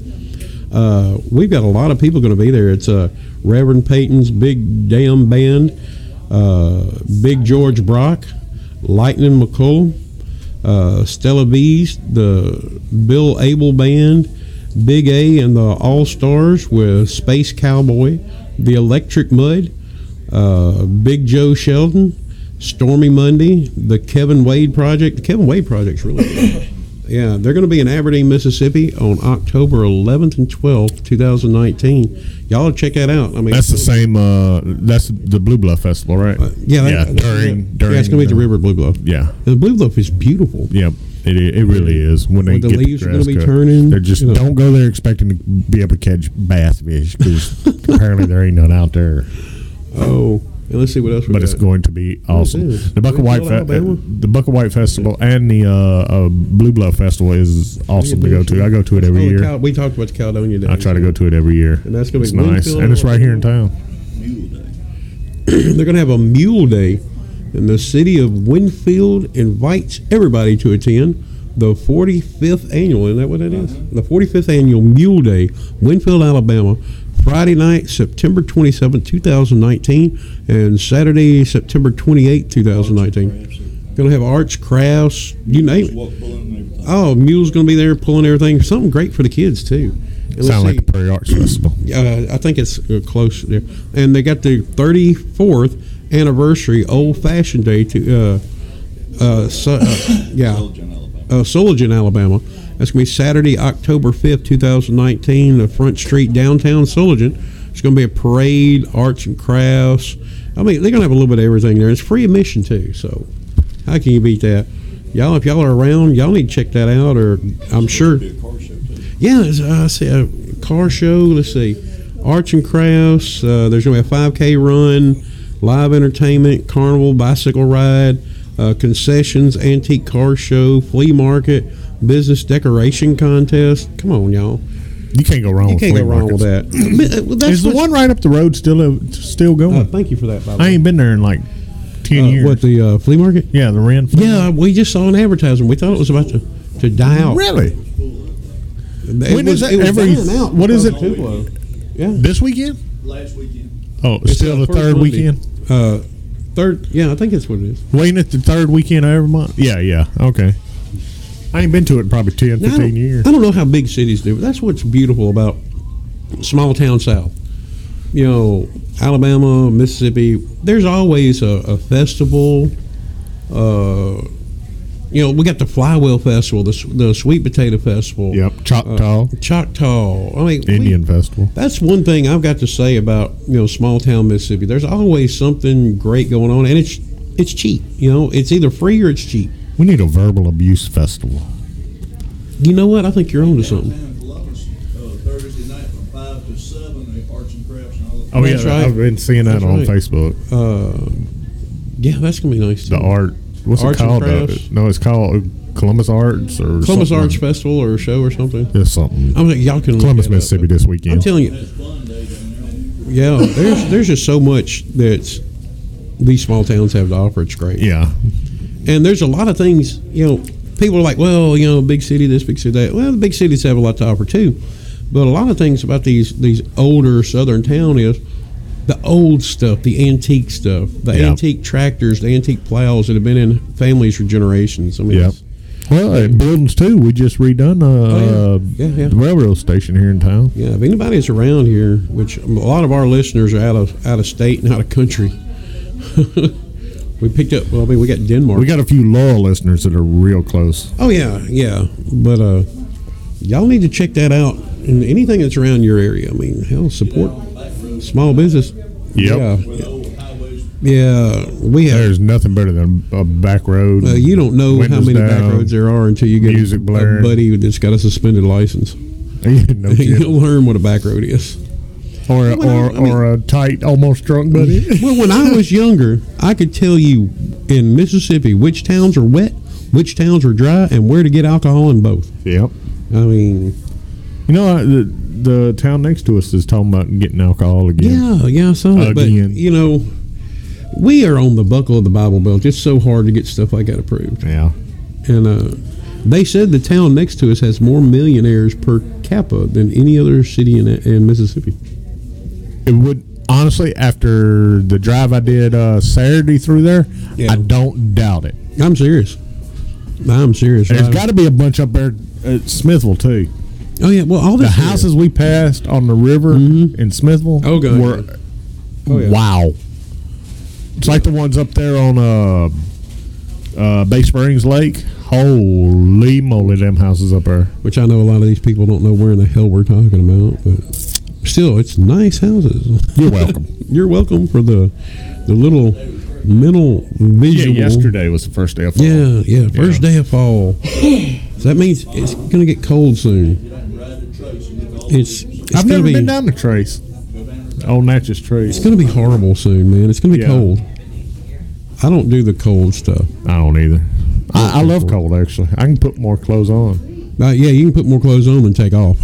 B: Uh, we've got a lot of people going to be there. It's uh, Reverend Peyton's Big Damn Band, uh, Big George Brock, Lightning McCullum, uh, Stella Bees, the Bill Abel Band, Big A and the All Stars with Space Cowboy, the Electric Mud, uh, Big Joe Sheldon, Stormy Monday, the Kevin Wade Project. The Kevin Wade Project's really
A: [LAUGHS]
B: good. Yeah, they're going to be in Aberdeen, Mississippi on October 11th and 12th, 2019. Y'all check that out. I mean,
A: that's the same. Uh, that's the Blue Bluff Festival, right?
B: yeah, that-
A: yeah.
B: that's-
A: During, during.
B: yeah, it's going to be at the River Blue Bluff.
A: Yeah,
B: The Blue Bluff is beautiful.
A: yeah. It, i- it really is when they
B: When the
A: get
B: leaves are
A: grass
B: gonna be
A: cut.
B: turning,
A: They're just
B: you know.
A: don't go there expecting to be able to catch bass fish
B: [LAUGHS]
A: because apparently there ain't none out there.
B: Oh, and let's see what else we
A: But
B: got.
A: it's going to be awesome.
B: is.
A: The Buck of White,
B: Greenville,
A: Fe-
B: Alabama?
A: the Buck of White Festival, and the uh, uh, Blue Bluff Festival is awesome to go to. I go to it every
B: Oh, the
A: year.
B: Cal- we talked about the Caledonia Days.
A: I try to go to it every year.
B: And that's gonna be
A: it's nice,
B: Winfield,
A: and it's right here in town.
B: [CLEARS THROAT] They're going to have a mule day, and the city of Winfield invites everybody to attend the 45th annual. Isn't that what it is?
A: Uh-huh.
B: The 45th annual Mule Day, Winfield, Alabama, Friday night, September 27, 2019, and Saturday, September 28, 2019. Going to have arts, crafts, you name it. Oh, mule's going to be there pulling everything. Something great for the kids too. And let's
A: Sound like
B: see.
A: the Prairie Arts Festival.
B: uh, I think it's uh, close there. And they got the 34th anniversary Old Fashioned Day to, uh, uh, so, uh [COUGHS] yeah, uh, Sullivan, Alabama. That's gonna be Saturday, October 5th, 2019, the Front Street downtown Sullivan. It's gonna be a parade, arts and crafts. I mean, they're gonna have a little bit of everything there. It's free admission too, so how can you beat that? Y'all, if y'all are around, y'all need to check that out. Or I'm sure. Yeah, it's, uh, I see a car show. Let's see, arts and crafts. Uh, there's gonna be a 5K run, live entertainment, carnival, bicycle ride, uh, concessions, antique car show, flea market, business decoration contest. Come on, y'all!
A: You can't go wrong.
B: You
A: with
B: can't
A: Oh, flea
B: go wrong with
A: markets.
B: that. But, uh, well, that's
A: Is the
B: what's-
A: one right up the road still uh, still
B: Uh,
A: going?
B: thank you for that. By the
A: I
B: way.
A: ain't been there in like ten
B: Uh,
A: years.
B: what the uh, flea market?
A: Yeah, the Ren. Flea
B: Yeah, uh, we just saw an advertisement. We thought it was about to, to die out.
A: Market. Really?
B: It
A: When
B: was,
A: is that
B: it was
A: every-
B: dying out
A: what is
B: because
A: it?
B: of Tupelo. Yeah.
A: This weekend?
C: Last weekend.
A: Oh,
B: It's
A: still the
B: the first
A: third
B: Monday.
A: weekend.
B: Uh, third. Yeah, I think that's what it is.
A: Waiting at the third weekend of every month. Yeah, yeah. Okay. I ain't been to it in probably 10,
B: Now, I,
A: 15
B: don't,
A: years.
B: I don't know how big cities do, but that's what's beautiful about small town South. You know, Alabama, Mississippi. There's always a, a festival. Uh, you know, we got the Flywheel Festival, the, s- the Sweet Potato Festival. Uh,
A: Yep. Choctaw
B: Choctaw. I mean, we-
A: Indian Festival.
B: That's one thing I've got to say about you know small town Mississippi. There's always something great going on, and it's it's cheap. You know, it's either free or it's cheap.
A: We need a verbal abuse festival.
B: You know what? I think you're onto something.
C: Downtown Columbus, uh, Thursday night from five to seven, they arts and crafts and all of
A: Oh
B: That's
A: yeah,
B: right.
A: I've been seeing that
B: That's
A: on
B: right.
A: Facebook.
B: Uh, yeah, that's gonna be nice.
A: The
B: too.
A: art. What's
B: Arts
A: it
B: and
A: called? Uh,
B: crafts.
A: no, it's called Columbus Arts or
B: Columbus
A: something.
B: Arts Festival or a show or something.
A: There's something.
B: I'm like, y'all can look
A: Columbus,
B: that up,
A: Mississippi,
B: but
A: this
B: I'm
A: weekend.
B: telling you,
C: It's fun day down there.
B: yeah, there's there's just so much that's these small towns have to offer. It's great.
A: yeah,
B: And there's a lot of things, you know, people are like, well, you know, big city, this big city, that. Well, the big cities have a lot to offer too. But a lot of things about these these older southern town is the old stuff, the antique stuff, the
A: Yeah.
B: antique tractors, the antique plows that have been in families for generations. I mean,
A: Yep.
B: it's-
A: Well, at buildings too. We just redone uh,
B: Oh, yeah. Yeah, yeah.
A: the railroad station here in town.
B: yeah. If anybody that's around here, which a lot of our listeners are out of out of state and out of country, [LAUGHS] we picked up. Well, I mean, we got Denmark.
A: We got a few Laurel listeners that are real close.
B: Oh yeah, yeah. But uh, y'all need to check that out. And anything that's around your area, I mean, hell, support
C: Back roads
B: small business. Yeah,
C: where the old highways
B: yeah. We have.
A: There's nothing better than a back road.
B: Uh, you don't know how
A: windows
B: many back
A: down.
B: roads there are until you get
A: music
B: a
A: blaring.
B: buddy that's got a suspended license. [LAUGHS]
A: [LAUGHS] no
B: You'll
A: kidding.
B: learn what a back road is.
A: Or,
B: Well,
A: or,
B: I mean-
A: or a tight, almost drunk [LAUGHS]
B: [LAUGHS]
A: buddy.
B: well, when I was younger, I could tell you in Mississippi which towns are wet, which towns are dry, and where to get alcohol in both.
A: yep.
B: I mean,
A: You know, I, the, the town next to us is talking about getting alcohol again.
B: yeah, yeah, I saw it. But,
A: Again.
B: you know, we are on the buckle of the Bible Belt. It's so hard to get stuff like that approved.
A: Yeah.
B: And uh, they said the town next to us has more millionaires per capita than any other city in, in Mississippi.
A: It would, honestly, after the drive I did uh, Saturday through there,
B: Yeah.
A: I don't doubt it.
B: I'm serious. I'm serious.
A: There's
B: I-
A: got to be a bunch up there at Smithville, too.
B: oh yeah. Well, all
A: The
B: this
A: houses we passed on the river in Smithville
B: Oh, God.
A: were
B: Oh, yeah.
A: wow. It's like the ones up there on uh, uh, Bay Springs Lake. Holy moly, them houses up there.
B: which I know a lot of these people don't know where in the hell we're talking about, but still, it's nice houses. [LAUGHS]
A: You're welcome.
B: You're welcome for the the little mental
A: yeah,
B: visual.
A: yesterday was the first day of fall.
B: Yeah, yeah. First
A: Yeah.
B: day
A: [LAUGHS]
B: of fall. so that means it's gonna get cold soon.
C: you don't ride the trace and get all the
B: It's, it's
A: I've
B: gonna
A: never
B: be,
A: been down to Trace.
C: go down there.
A: On Natchez Trace.
B: It's gonna be horrible soon, man. It's gonna be
A: Yeah.
B: cold. I don't do the cold stuff.
A: I don't either. I, I love cold, actually. I can put more clothes on.
B: Uh, yeah, you can put more clothes on than take off.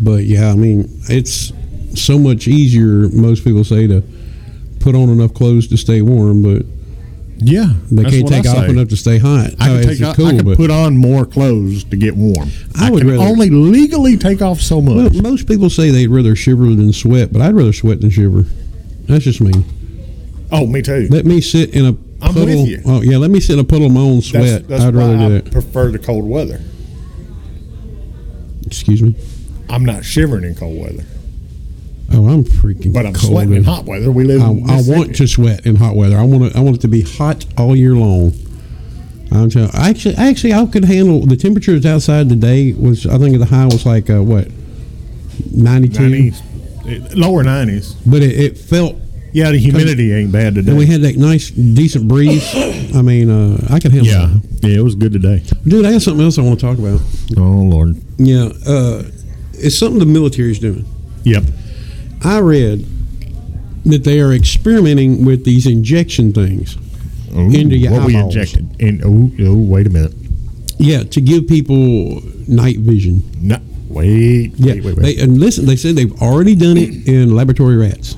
B: But yeah, I mean, it's so much easier. Most people say to put on enough clothes to stay warm, but
A: Yeah.
B: they can't take off enough to stay hot.
A: I
B: Oh,
A: can,
B: it's
A: take
B: just
A: off, I can
B: but
A: put on more clothes to get warm.
B: I would
A: can
B: rather-
A: only legally take off so much.
B: well, most people say they'd rather shiver than sweat, but I'd rather sweat than shiver. That's just me.
A: oh, me too.
B: Let me sit in a
A: I'm
B: puddle.
A: with you.
B: Oh yeah, let me sit in a puddle of my own
A: That's,
B: sweat.
A: that's
B: I'd
A: why
B: rather do
A: I
B: that.
A: prefer the cold weather.
B: Excuse me.
A: I'm not shivering in cold weather,
B: Oh, I'm freaking.
A: but I'm
B: cold
A: sweating in
B: as-
A: hot weather. We live.
B: I,
A: in
B: I want to sweat in hot weather. I want to. I want it to be hot all year long. I'm telling. Actually, actually, I could handle the temperatures outside today. Was I think the high was like uh, what ninety two,
A: nineties, lower nineties.
B: but it, it felt.
A: Yeah, the humidity ain't bad today.
B: And we had that nice, decent breeze. I mean, uh, I could handle.
A: yeah, yeah, it was good today.
B: that. dude, I got something else I want to talk about.
A: Oh Lord.
B: Yeah, uh, it's something the military's doing.
A: Yep.
B: I read that they are experimenting with these injection things.
A: Ooh,
B: Into your
A: what we
B: eyeballs.
A: injected. In, oh, oh, wait a minute.
B: Yeah, to give people night vision.
A: No, wait,
B: Yeah,
A: wait, wait, wait.
B: They, and listen, they said they've already done it in laboratory rats.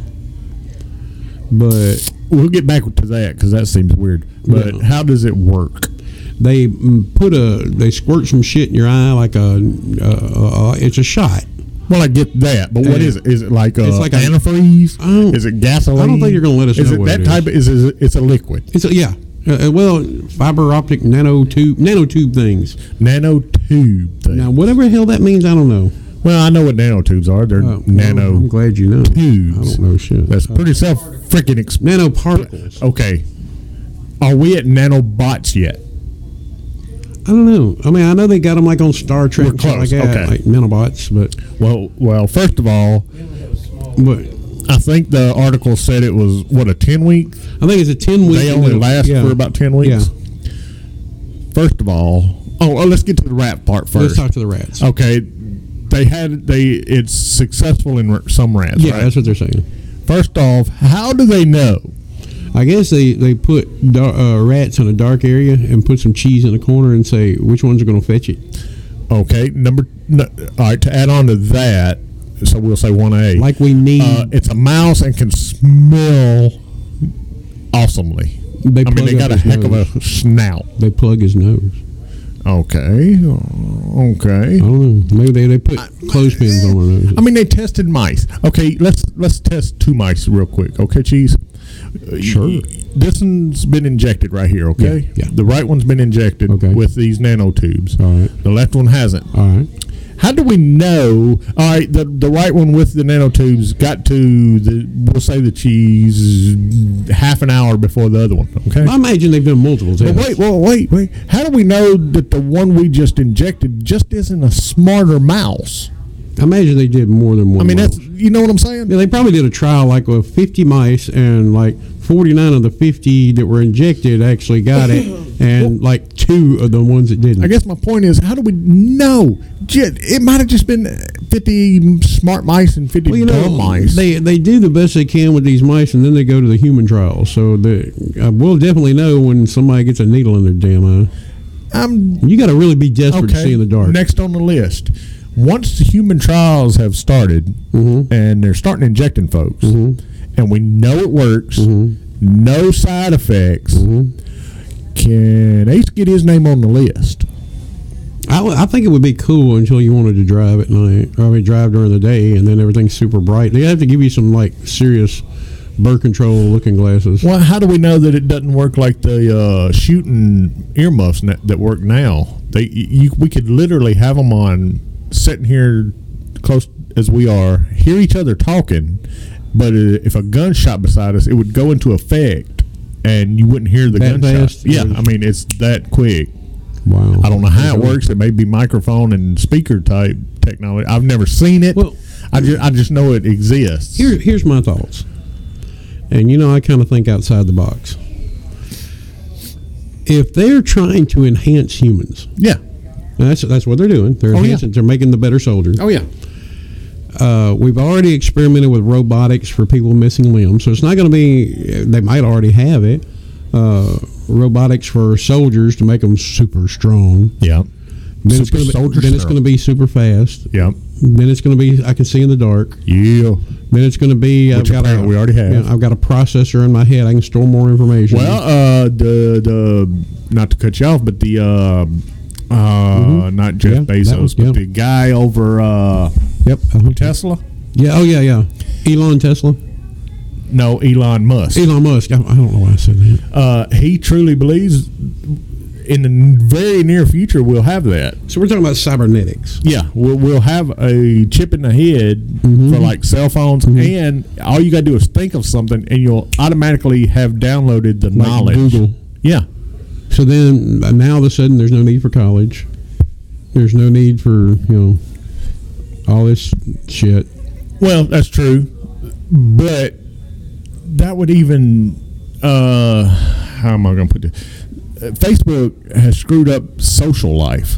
B: But
A: we'll get back to that because that seems weird. But
B: Yeah.
A: how does it work?
B: they mm, put a they squirt some shit in your eye like a uh, uh, it's a shot.
A: Well, I get that, but what
B: Yeah.
A: is it? Is it like, uh,
B: It's like a-
A: antifreeze?
B: I don't-
A: is it gasoline?
B: I don't think you're gonna let us
A: is
B: know
A: it
B: what
A: that
B: it
A: type? Of, is, is it's a liquid
B: It's a, yeah. Uh, uh, well, fiber optic nanotube nanotube things.
A: nanotube thing?
B: Now, whatever the hell that means, I don't know.
A: well, I know what nanotubes are. They're
B: Uh, well, I'm
A: nano.
B: glad you know. I
A: tubes.
B: don't know shit. Uh,
A: That's pretty self freaking exp-
B: nanoparticles.
A: Okay, are we at nanobots yet?
B: I don't know. I mean, I know they got them like on Star Trek,
A: We're
B: and shit like
A: close,
B: that,
A: okay.
B: like nanobots. But
A: Well, well, first of all,
B: but
A: I think the article said it was what a ten week.
B: I think it's a ten week.
A: They only last
B: yeah.
A: for about ten
B: Yeah.
A: weeks. First of all, oh, oh, let's get to the rat part 1st
B: Let's talk to the rats.
A: Okay, they had they. It's successful in r- some rats.
B: Yeah,
A: right?
B: that's what they're saying.
A: First off, how do they know?
B: I guess they they put dar- uh, rats in a dark area and put some cheese in a corner and say which ones are going to fetch it.
A: Okay, number. No, all right, to add on to that, so we'll say one A.
B: Like we need,
A: uh, it's a mouse and can smell awesomely.
B: They
A: I mean,
B: plug
A: they
B: up
A: got a
B: his
A: heck of
B: nose.
A: a snout.
B: they plug his nose.
A: Okay. Okay.
B: I don't know. Maybe they, they put clothespins on one of
A: I
B: those.
A: mean, they tested mice. Okay, let's let's test two mice real quick. Okay, cheese.
B: Sure.
A: This one's been injected right here. Okay.
B: Yeah, yeah.
A: The right one's been injected
B: Okay.
A: with these nanotubes.
B: All right.
A: The left one hasn't.
B: All right.
A: How do we know? All right, the the right one with the nanotubes got to the we'll say the cheese half an hour before the other one. Okay.
B: I imagine they've done multiple
A: But
B: tests.
A: wait, well, wait, wait. How do we know that the one we just injected just isn't a smarter mouse?
B: I imagine they did more than one.
A: I mean,
B: model.
A: that's you know what I'm saying.
B: Yeah, they probably did a trial like with 50 mice, and like 49 of the 50 that were injected actually
A: [LAUGHS]
B: got it, and like two of the ones that didn't.
A: I guess my point is, how do we know? Ju- It might have just been fifty smart mice and fifty
B: Well, you
A: dumb
B: know,
A: mice.
B: they they do the best they can with these mice, and then they go to the human trials. So the uh, we'll definitely know when somebody gets a needle in their damn eye.
A: I'm
B: You got to really be desperate to see
A: okay.
B: in the dark.
A: Next on the list, once the human trials have started
B: Mm-hmm.
A: and they're starting injecting folks, and we know it works,
B: Mm-hmm.
A: no side effects. Can Ace get his name on the list?
B: I, w- I think it would be cool until you wanted to drive at night. Or, I mean, drive during the day, and then everything's super bright. They have to give you some like serious birth control looking glasses.
A: Well, how do we know that it doesn't work like the uh, shooting earmuffs na- that work now? They, you, we could literally have them on, sitting here close as we are, hear each other talking, but uh, if a gunshot beside us, it would go into effect, and you wouldn't hear the
B: That
A: gunshot.
B: fast?
A: Yeah, I mean it's that quick.
B: Wow.
A: I don't know how it works. It may be microphone and speaker type technology. I've never seen it.
B: Well-
A: I just, I just know it exists.
B: Here, here's my thoughts. And you know, I kind of think outside the box. If they're trying to enhance humans,
A: yeah.
B: and that's that's what they're doing. They're
A: yeah.
B: enhancing. They're making the better soldier.
A: yeah.
B: Uh, we've already experimented with robotics for people missing limbs, so it's not going to be. They might already have it. Uh, robotics for soldiers to make them super strong.
A: Yeah.
B: Then it's
A: Super
B: gonna be-
A: soldier
B: Then it's
A: serum.
B: going to be super fast.
A: Yeah.
B: Then it's going to be I can see in the dark.
A: Yeah.
B: Then it's going to be
A: Which
B: I've got a,
A: apparently we already have.
B: yeah, I've got a processor in my head. I can store more information.
A: Well, uh, the the not to cut you off, but the uh, uh, not Jeff
B: Mm-hmm. Yeah, that
A: Bezos,
B: was- yeah.
A: but the guy over uh,
B: yep. uh-huh.
A: Tesla.
B: Yeah. Oh yeah. Yeah. Elon Tesla.
A: No, Elon Musk.
B: Elon Musk. I, I don't know why I said that.
A: Uh, he truly believes in the n- very near future we'll have that.
B: So we're talking about cybernetics.
A: Yeah, we'll, we'll have a chip in the head
B: Mm-hmm.
A: for like cell phones, and all you gotta do is think of something, and you'll automatically have downloaded the
B: Like
A: knowledge.
B: Google.
A: Yeah,
B: So then uh, now all of a sudden there's no need for college. There's no need for you know all this shit.
A: Well, that's true, but that would even uh, how am I going to put this? Uh, Facebook has screwed up social life.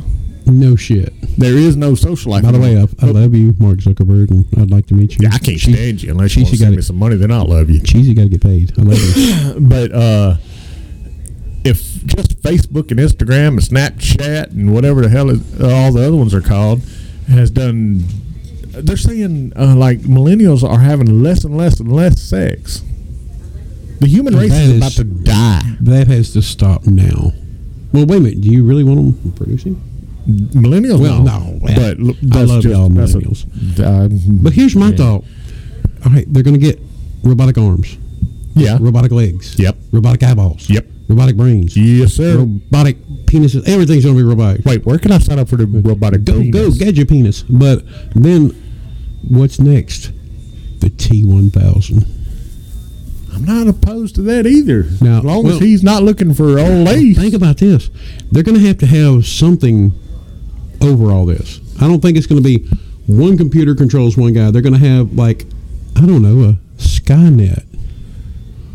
B: No shit.
A: There is no social life.
B: By the way, I, I love you, Mark Zuckerberg, and I'd like to meet you.
A: Oh. Yeah, I can't stand you unless you want
B: she
A: to
B: got
A: send me
B: it.
A: some money. Then I'll love you.
B: Cheesy got to get paid. I love you.
A: [LAUGHS] But uh, if just Facebook and Instagram and Snapchat and whatever the hell is, all the other ones are called has done, they're saying uh, like millennials are having less and less and less sex. The human race
B: That
A: is,
B: is-
A: about to die.
B: That has to stop now. Well, wait a minute. Do you really want them producing?
A: Millennials,
B: Well,
A: no,
B: no, well,
A: but l-
B: I
A: that's
B: love
A: just,
B: y'all
A: that's a-
B: millennials.
A: uh,
B: But here's my thought. All right, they're going to get robotic arms,
A: yeah,
B: robotic legs,
A: Yep.
B: robotic eyeballs,
A: Yep.
B: robotic brains,
A: yes, sir.
B: robotic penises. Everything's going to be robotic.
A: Wait, where can I sign up for the robotic?
B: Go, go,
A: penis?
B: get your penis. But then, what's next? The T one thousand.
A: I'm not opposed to that either.
B: Now-
A: as long
B: well-
A: as he's not looking for old lace.
B: Think about this. They're going to have to have something over all this. I don't think it's going to be one computer controls one guy. They're going to have like I don't know a Skynet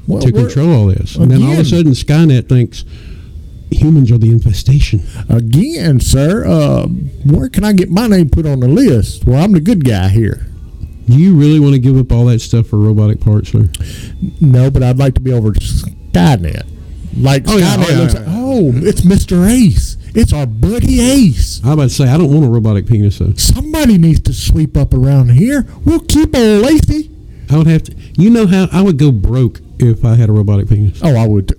A: Well,
B: to
A: we're-
B: control all this, and then all of a
A: again-
B: sudden Skynet thinks humans are the infestation.
A: Again, sir, uh, where can I get my name put on the list? Well, I'm the good guy here.
B: Do you really want to give up all that stuff for robotic parts, sir?
A: No, but I'd like to be over at Skynet. Like
B: Oh, yeah,
A: Skynet
B: oh, yeah,
A: looks
B: yeah,
A: at- oh, it's Mr. Ace. It's our buddy Ace.
B: I about to say I don't want a robotic penis though.
A: Somebody needs to sweep up around here. We'll keep old Lacey.
B: I would have to. You know how I would go broke if I had a robotic penis.
A: Oh, I would.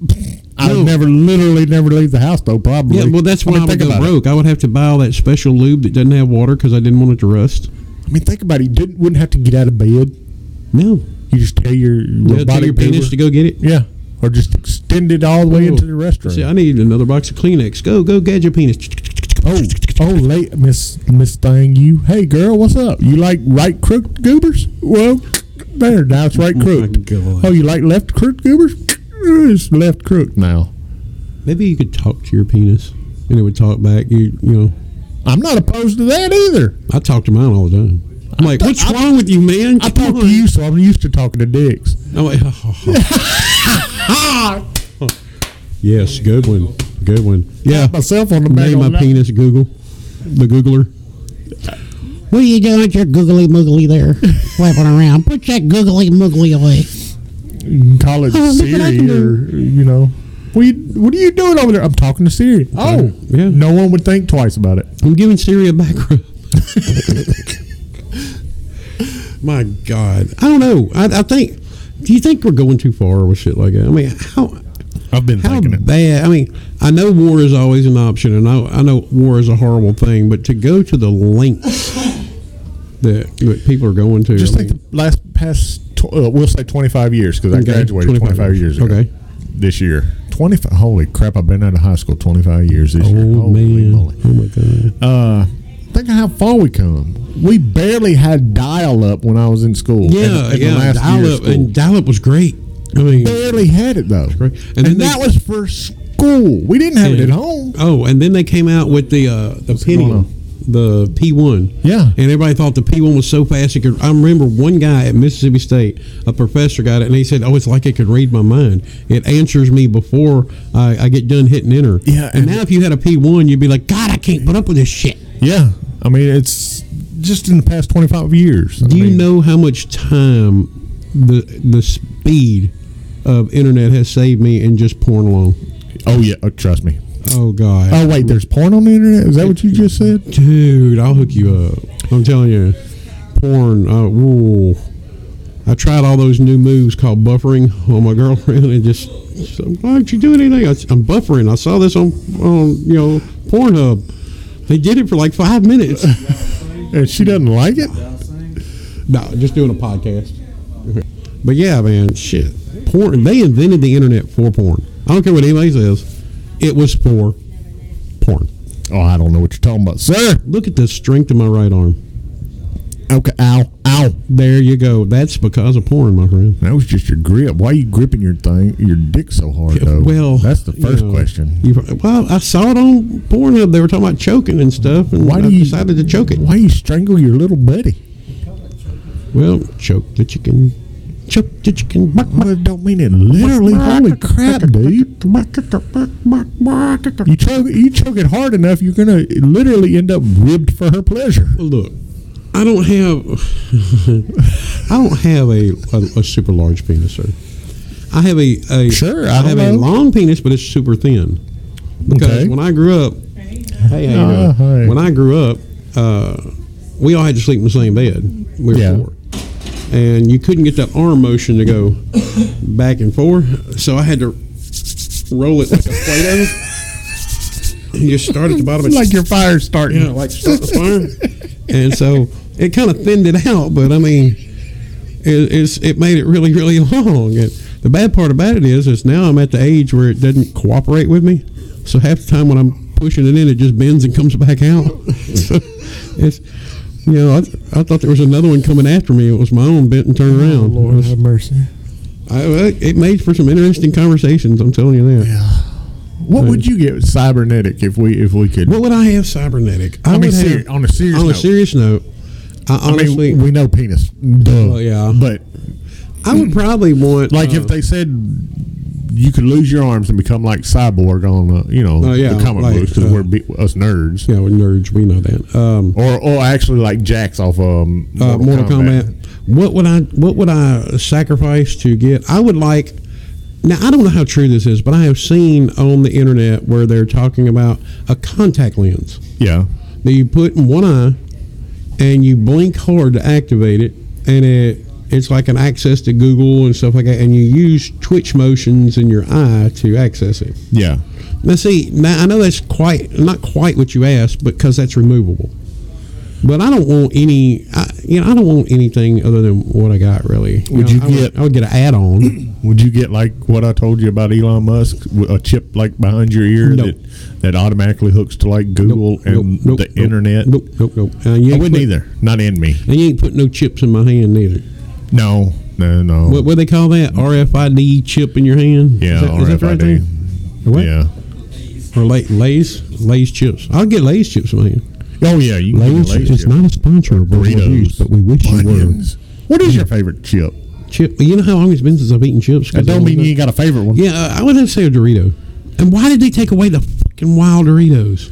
A: I
B: No.
A: would never, literally, never leave the house though. Probably.
B: Yeah, well, that's
A: I
B: why I,
A: mean,
B: would
A: think
B: go
A: about it.
B: broke. I would have to buy all that special lube that doesn't have water because I didn't want it to rust.
A: I mean, think about it. You didn't wouldn't have to get out of bed.
B: No,
A: You just tear your
B: yeah, tell
A: robotic
B: your penis
A: paper.
B: to go get it.
A: Yeah, or just extend it all the way
B: Oh.
A: into the restaurant.
B: See, I need another box of Kleenex. Go, go, get your penis.
A: oh, oh, late Miss Miss Thing, you. Hey, girl, what's up? You like right crook goobers? Well, there now it's right crook.
B: God.
A: Oh, you like left crook goobers? It's left crook now.
B: Maybe you could talk to your penis, and it would talk back. You, you know,
A: I'm not opposed to that either.
B: I talk to mine all the time. I'm like, what's wrong with you, man?
A: I
B: Come
A: talk
B: on." Oh,
A: to you, so I'm used to talking to dicks.
B: I'm like,
A: [LAUGHS]
B: [LAUGHS] yes, good one, good one. Yeah,
A: Pat myself on the back.
B: name
A: on
B: my
A: that.
B: penis Google, the Googler.
D: What are you doing with your googly moogly there? Flapping around. Put that googly moogly away.
A: You can Call it
D: [LAUGHS] Oh, look what I
A: Siri
D: can
A: or you know. What are you, what are you doing over there? I'm talking to Siri. Oh,
B: Yeah.
A: No one would think twice about it.
B: I'm giving Siri a back rub. [LAUGHS] My God, I don't know. I, I think. Do you think we're going too far with shit like that? I mean, how
A: I've been
B: how
A: thinking it.
B: bad? I mean, I know war is always an option, and I, I know war is a horrible thing, but to go to the lengths that, that people are going to,
A: Just
B: I
A: think
B: mean,
A: the last past, tw- uh, we'll say 25 years because I
B: Okay,
A: graduated 25,
B: 25
A: years
B: years.
A: ago.
B: Okay.
A: This year. 25. Holy crap. I've been out of high school 25 years this year.
B: oh
A: Holy
B: man,
A: moly.
B: oh my God,
A: Uh, think of how far we come. We barely had dial up when I was in school.
B: yeah,
A: in, in The
B: yeah.
A: last year
B: Dial
A: of
B: up
A: school.
B: and dial up was great. I mean,
A: barely had it though.
B: great.
A: And,
B: And then they-
A: that was for school. We didn't have it at home.
B: Oh, and then they came out with the uh, the
A: going on?
B: Pentium, the P one.
A: Yeah.
B: and everybody thought the P one was so fast it could. I remember one guy at Mississippi State, a professor got it, and he said, "Oh, it's like it could read my mind. It answers me before I, I get done hitting enter."
A: Yeah,
B: and,
A: and-
B: now if you had a P one, you'd be like, "God, I can't put up with this shit."
A: Yeah, I mean it's just in the past twenty five years. I
B: Do you
A: mean,
B: know how much time the the speed of internet has saved me in just porn alone?
A: Oh yeah, oh, trust me.
B: Oh God.
A: Oh wait, there's porn on the internet. Is that what you just said?
B: Dude, I'll hook you up. I'm telling you, porn. Uh, whoa. I tried all those new moves called buffering on my [LAUGHS] girlfriend, and just she said, why aren't you doing anything? I, am buffering. I saw this on on you know Pornhub. They did it for like five minutes. [LAUGHS]
A: And she doesn't like it.
B: no, just doing a podcast. [LAUGHS] But yeah, man, shit. Porn. They invented the internet for porn. I don't care what anybody says. It was for porn.
A: Oh, I don't know what you're talking about, sir.
B: Look at the strength of my right arm.
A: Okay, ow, ow.
B: There you go. That's because of porn, my friend.
A: That was just your grip. Why are you gripping your thing, your dick so hard though?
B: Well,
A: that's the
B: you
A: first
B: know,
A: question.
B: You, well, I saw it on Pornhub. They were talking about choking and stuff, and
A: Why
B: I
A: do you
B: decided to choke it.
A: Why you strangle your little buddy?
B: Well, choke the chicken. Choke the chicken. Bark, bark,
A: Well, it don't mean it literally. Holy crap, dude!
B: bark, bark.
A: You choke, you choke it hard enough, you're gonna literally end up ribbed for her pleasure.
B: Look, I don't have. [LAUGHS] I don't have a, a, a super large penis, sir. I have a, a
A: Sure, I
B: I,
A: don't
B: have
A: know.
B: a long penis, but it's super thin. Because
A: Okay.
B: when I grew up, hey, how you
A: Ah,
B: doing?
A: hey.
B: when I grew up, uh, we all had to sleep in the same bed. We were
A: Yeah.
B: four, and you couldn't get that arm motion to go back and forth. So I had to roll it like a play-doh. And you start at the
A: [LAUGHS]
B: bottom. and
A: Like your fire starting.
B: yeah, like start the fire. [LAUGHS] and so it kind of thinned it out, but I mean, it, it's it made it really really long. And the bad part about it is, is now I'm at the age where it doesn't cooperate with me. So half the time when I'm pushing it in, it just bends and comes back out. [LAUGHS] so it's you know, I, I thought there was another one coming after me. It was my own bent and
A: Oh,
B: turned around. It was-
A: mercy.
B: I, uh, it made for some interesting conversations. I'm telling you that.
A: What would you get with cybernetic if we if we could?
B: What would I have cybernetic? I,
A: I mean,
B: would have-
A: seri- on a serious
B: on
A: note.
B: a serious note. I
A: I mean,
B: honestly, uh-huh.
A: we know penis. Duh.
B: Well, yeah.
A: But
B: Mm. I would probably want
A: like
B: uh,
A: if they said you could lose your arms and become like cyborg on uh, you know
B: Oh, yeah,
A: the comic
B: like,
A: books because
B: uh,
A: we're be- us nerds.
B: you know nerds we know that um,
A: Or, or actually like jacks off um
B: uh, Mortal Kombat. What would I what would I sacrifice to get? I would like. Now I don't know how true this is, but I have seen on the internet where they're talking about a contact lens
A: Yeah,
B: that you put in one eye, and you blink hard to activate it, and it it's like an access to Google and stuff like that, and you use twitch motions in your eye to access it.
A: Yeah.
B: Now, see, now I know that's quite not quite what you asked because that's removable. But I don't want any, I, you know, I don't want anything other than what I got. Really, You
A: Would
B: know,
A: you
B: I
A: get-
B: I would get an add-on.
A: [COUGHS] Would you get like what I told you about Elon Musk, with a chip like behind your ear
B: Nope.
A: that that automatically hooks to like Google
B: Nope,
A: and
B: nope,
A: the
B: nope,
A: internet?
B: Nope, nope, nope. Uh, you
A: I
B: ain't
A: wouldn't
B: put-
A: either. Not in me.
B: And you ain't put no chips in my hand neither.
A: No, no, no.
B: What, what they call that? RFID chip in your hand?
A: Mm. yeah,
B: is that, is that the right
A: RFID.
B: thing? Or What?
A: Yeah.
B: Or lay, Lay's Lay's chips. I'll get Lay's chips in my hand.
A: Oh yeah, you can get
B: Lay's
A: a laser
B: is
A: chip.
B: not a sponsor of Burger
A: Burritos,
B: Hughes, but we wish you were.
A: Onions. What is your favorite chip?
B: Chip. You know how long it's been since I've eaten chips? 'Cause
A: That don't
B: I
A: mean
B: don't
A: you ain't got a favorite one.
B: know. Yeah, uh, I would have to say a Dorito. And why did they take away the fucking wild Doritos?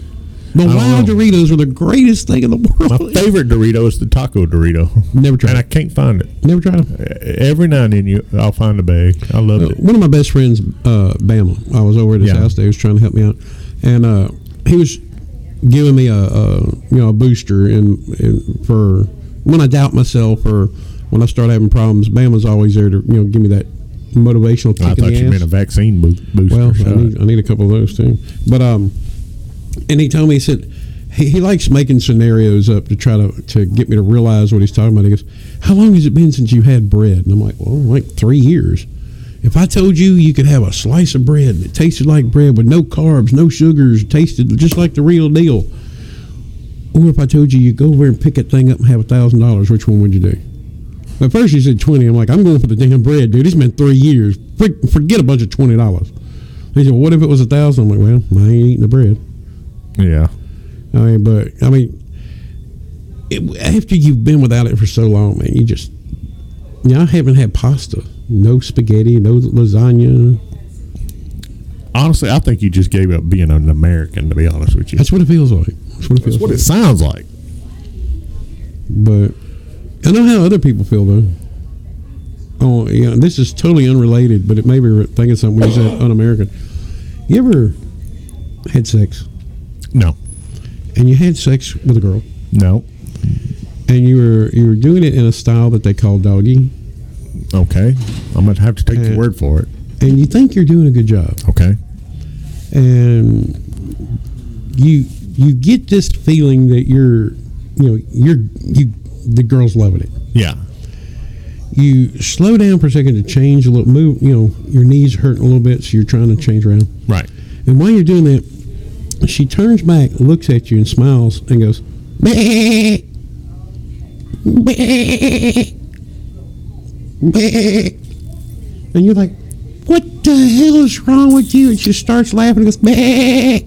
B: The
A: don't
B: wild
A: know.
B: Doritos are the greatest thing in the
A: My
B: world.
A: favorite Dorito is the taco Dorito.
B: Never
A: [LAUGHS]
B: tried
A: And I
B: it.
A: can't find it. E-,
B: Never tried them.
A: Every now and then, you I'll find a bag. I loved it.
B: One of my best friends, uh, Bama, I was over at his
A: Yeah.
B: house. They was trying to help me out, and uh, he was giving me a, a you know a booster in, in for when I doubt myself or when I start having problems. Bama's always there to you know give me that motivational kick
A: I
B: in
A: thought
B: the
A: you
B: ass.
A: meant a vaccine bo- booster.
B: Well, I
A: shot.
B: need, I need a couple of those too. But um, and he told me he said he, he likes making scenarios up to try to to get me to realize what he's talking about. He goes, "How long has it been since you had bread?" And I'm like, "Well, like three years." If I told you you could have a slice of bread that tasted like bread with no carbs, no sugars, tasted just like the real deal, or if I told you you go over and pick that thing up and have a thousand dollars, which one would you do? At first you said twenty. I'm like, I'm going for the damn bread, dude. It's been three years. Freak- Forget a bunch of twenty dollars. He said, "What if it was a thousand? I'm like, "Well, I ain't eating the bread."
A: yeah.
B: I mean, but I mean, it, after you've been without it for so long, man, you just yeah. I haven't had pasta, no spaghetti, no lasagna.
A: Honestly, I think you just gave up being an American. To be honest with you,
B: That's what it feels like. That's what it feels
A: That's what
B: like.
A: it sounds like.
B: But I know how other people feel though. Oh yeah, this is totally unrelated, but it may be thinking something when you
A: [COUGHS]
B: said un-American. You ever had sex
A: No,
B: and you had sex with a girl?
A: no.
B: and you were you were doing it in a style that they call doggy,
A: Okay, I'm gonna have to take your
B: Uh,
A: word for it.
B: and you think you're doing a good job,
A: Okay.
B: and you you get this feeling that you're you know you're you the girl's loving it.
A: Yeah.
B: You slow down for a second to change a little move. You know your knees hurting a little bit, so you're trying to change around.
A: Right.
B: And while you're doing that, she turns back, looks at you, and smiles, and goes,
D: Bleh. Bleh. Bleh.
B: and you're like, "What the hell is wrong with you?" And she starts laughing and goes, "Meh."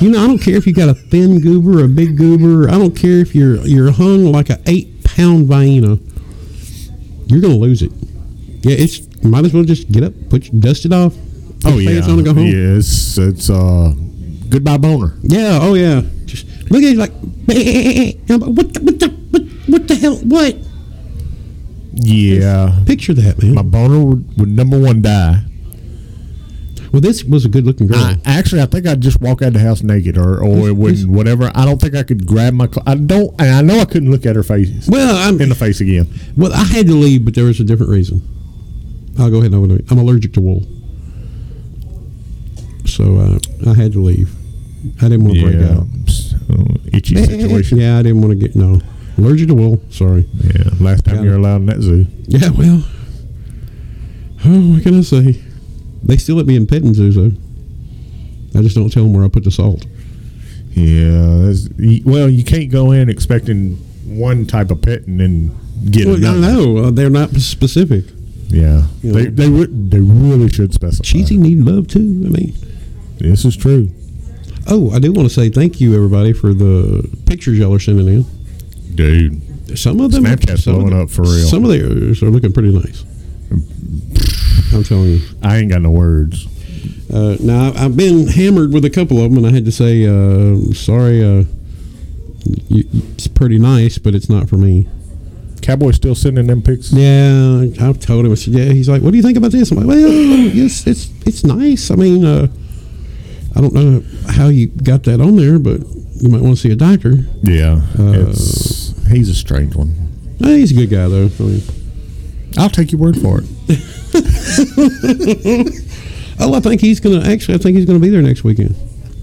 B: You know, I don't care if you got a thin goober, a big goober. I don't care if you're you're hung like a eight pound hyena. You're gonna lose it. Yeah, it's might as well just get up, put your- dust it off. put
A: Oh
B: your
A: yeah.
B: pants on and go home.
A: Yeah. It's it's uh, goodbye boner.
B: Yeah, oh yeah. Just look at it like, eh, "Meh." And I'm like, what the, what the what, what the hell? What?
A: Yeah.
B: Picture that, man.
A: My boner would, would number one die.
B: well, this was a good looking girl.
A: I, actually, I think I'd just walk out of the house naked, or or it wouldn't. Whatever. I don't think I could grab my. Cl- I don't. And I know I couldn't look at her face
B: well, I'm
A: in the face again.
B: Well, I had to leave, but there was a different reason. I'll go ahead and open it. I'm allergic to wool, so uh, I had to leave. I didn't want to break out. Eh,
A: So, itchy situation.
B: Yeah, I didn't want to get no allergic to wool. Sorry.
A: [LAUGHS] Yeah. Last time
B: Got
A: you were
B: it.
A: allowed in that zoo.
B: Yeah. Well. Oh, what can I say? They still let me in petting zoos though. I just don't tell them where I put the salt.
A: Yeah. that's- y- well, you can't go in expecting one type of pet and then get
B: Well, I
A: another.
B: know uh, they're not specific.
A: Yeah.
B: You
A: They
B: know.
A: they would they really should specify.
B: Cheesy need love too. I mean.
A: This is true.
B: Oh, I do want to say thank you everybody for the pictures y'all are sending in.
A: Dude.
B: Some of them,
A: Snapchat's
B: some of
A: blowing
B: them-
A: up for real.
B: Some of theirs are looking pretty nice. I'm telling you.
A: I ain't got no words.
B: Uh, now I- I've been hammered with a couple of them, and I had to say, uh, sorry. Uh, you, it's pretty nice, but it's not for me.
A: Cowboy still sending them pics.
B: Yeah, I told him. I said, yeah. He's like, what do you think about this? I'm like, well, yes, it's it's nice. I mean, uh, I don't know how you got that on there, but you might want to see a doctor.
A: Yeah. it's he's a strange one.
B: No, he's a good guy though. I, mean,
A: I'll take your word for it.
B: oh, I think he's gonna actually. I think he's gonna be there next weekend.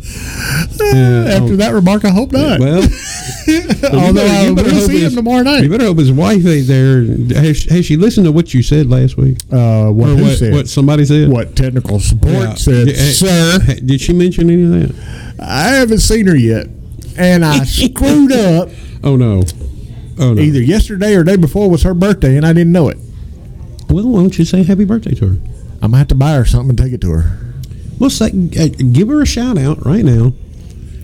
A: Eh, After
B: oh.
A: that remark, I hope not. [LAUGHS]
B: Well,
A: Although
B: better-
A: I
B: you better
A: will
B: hope
A: see
B: it's-
A: him tomorrow
B: you
A: night.
B: better hope his wife ain't there. Has, has she listened to what you said last week?
A: Uh, what,
B: Or
A: who
B: what,
A: said?
B: what somebody said?
A: what technical support
B: Yeah.
A: said,
B: Yeah, hey,
A: sir.
B: hey, Did she mention any of that?
A: I haven't seen her yet, and
B: [LAUGHS]
A: I screwed up.
B: Oh no. Oh no.
A: Either yesterday or day before was her birthday, and I didn't know it.
B: Well, why don't you say happy birthday to her?
A: I'm gonna have to buy her something and take it to her.
B: Well, say, uh, give her a shout out right now.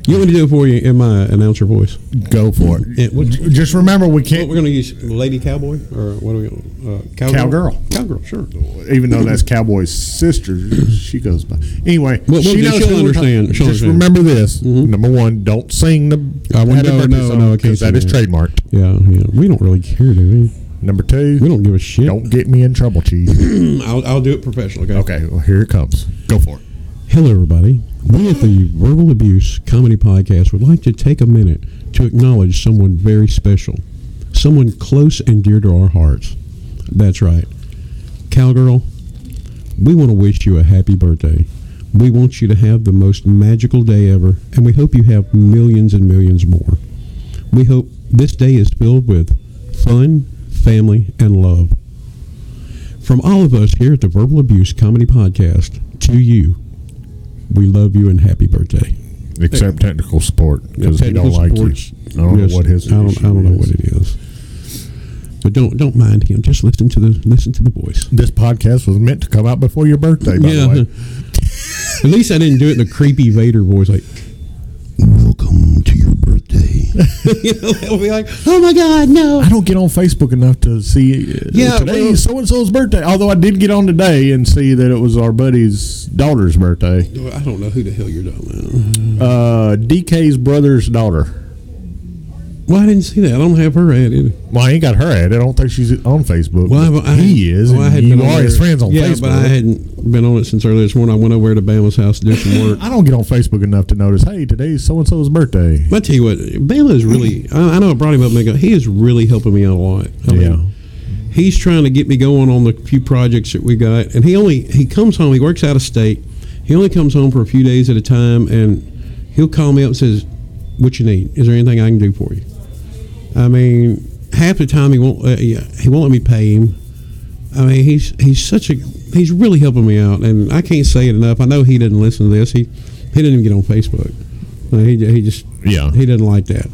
B: You want me to do it for you in my announcer voice?
A: Go for it.
B: Yeah, what-
A: J- Just remember, we
B: What,
A: can't.
B: we're going to use Lady Cowboy or what are we? Uh, cowgirl?
A: Cowgirl.
B: Cowgirl, sure.
A: Even though that's Cowboy's sister, she goes by. Anyway,
B: Well, well,
A: she
B: she'll
A: knows who we're
B: understand.
A: talking-
B: She'll
A: just
B: understand. Mm-hmm.
A: remember this: number one, don't sing the
B: I wouldn't-
A: happy
B: no,
A: birthday
B: no,
A: song,
B: no, I can't
A: 'cause that
B: sing
A: is
B: that.
A: trademarked.
B: Yeah, yeah. We don't really care, do we?
A: Number 2
B: We don't give a shit. [CLEARS THROAT]
A: don't get me in trouble, cheese.
B: I'll, I'll do it professionally.
A: okay, well, here it comes. Go for it.
B: Hello, everybody. We at the Verbal Abuse Comedy Podcast would like to take a minute to acknowledge someone very special, someone close and dear to our hearts. That's right. Cowgirl, we want to wish you a happy birthday. We want you to have the most magical day ever, and we hope you have millions and millions more. We hope this day is filled with fun, family, and love. From all of us here at the Verbal Abuse Comedy Podcast to you, we love you and happy birthday.
A: Except technical support because he
B: Technical
A: don't like you.
B: supports-
A: I don't
B: yes,
A: know what his.
B: I don't,
A: issue
B: I don't know
A: is.
B: what it is. But don't don't mind him. Just listen to the listen to the voice.
A: This podcast was meant to come out before your birthday, by the way.
B: [LAUGHS] At least I didn't do it in a creepy Vader voice, like "Welcome to your birthday." [LAUGHS] you know, they'll be like,
D: Oh my God, no.
A: I don't get on Facebook enough to see. uh,
B: Yeah,
A: today
B: well-
A: so and so's birthday. Although I did get on today and see that it was our buddy's daughter's birthday,
B: "Well, "I don't know who the hell you're talking about."
A: uh, DK's brother's daughter.
B: Well, I didn't see that. I don't have her at it.
A: Well, I ain't got her at it. I don't think she's on Facebook.
B: Well,
A: but
B: I, I,
A: he is.
B: Well, I
A: and
B: hadn't
A: you
B: been on
A: are his
B: there.
A: friends on
B: yeah,
A: Facebook.
B: but I hadn't been on it since earlier this morning. I went over to Bama's house to do some work.
A: I don't get on Facebook enough to notice. Hey, today's so and so's birthday.
B: But I tell you what, Bama is really. I, I know I brought him up. Mega. He is really helping me out a lot. I mean,
A: Yeah.
B: he's trying to get me going on the few projects that we got. And he only he comes home. He works out of state. He only comes home for a few days at a time, and he'll call me up and says, "What you need? Is there anything I can do for you?" I mean, half the time he won't. Uh, yeah, he won't let me pay him. I mean, he's he's such a he's really helping me out, and I can't say it enough. I know he didn't listen to this. He he didn't even get on Facebook. Uh, He he just
A: Yeah.
B: he didn't like that.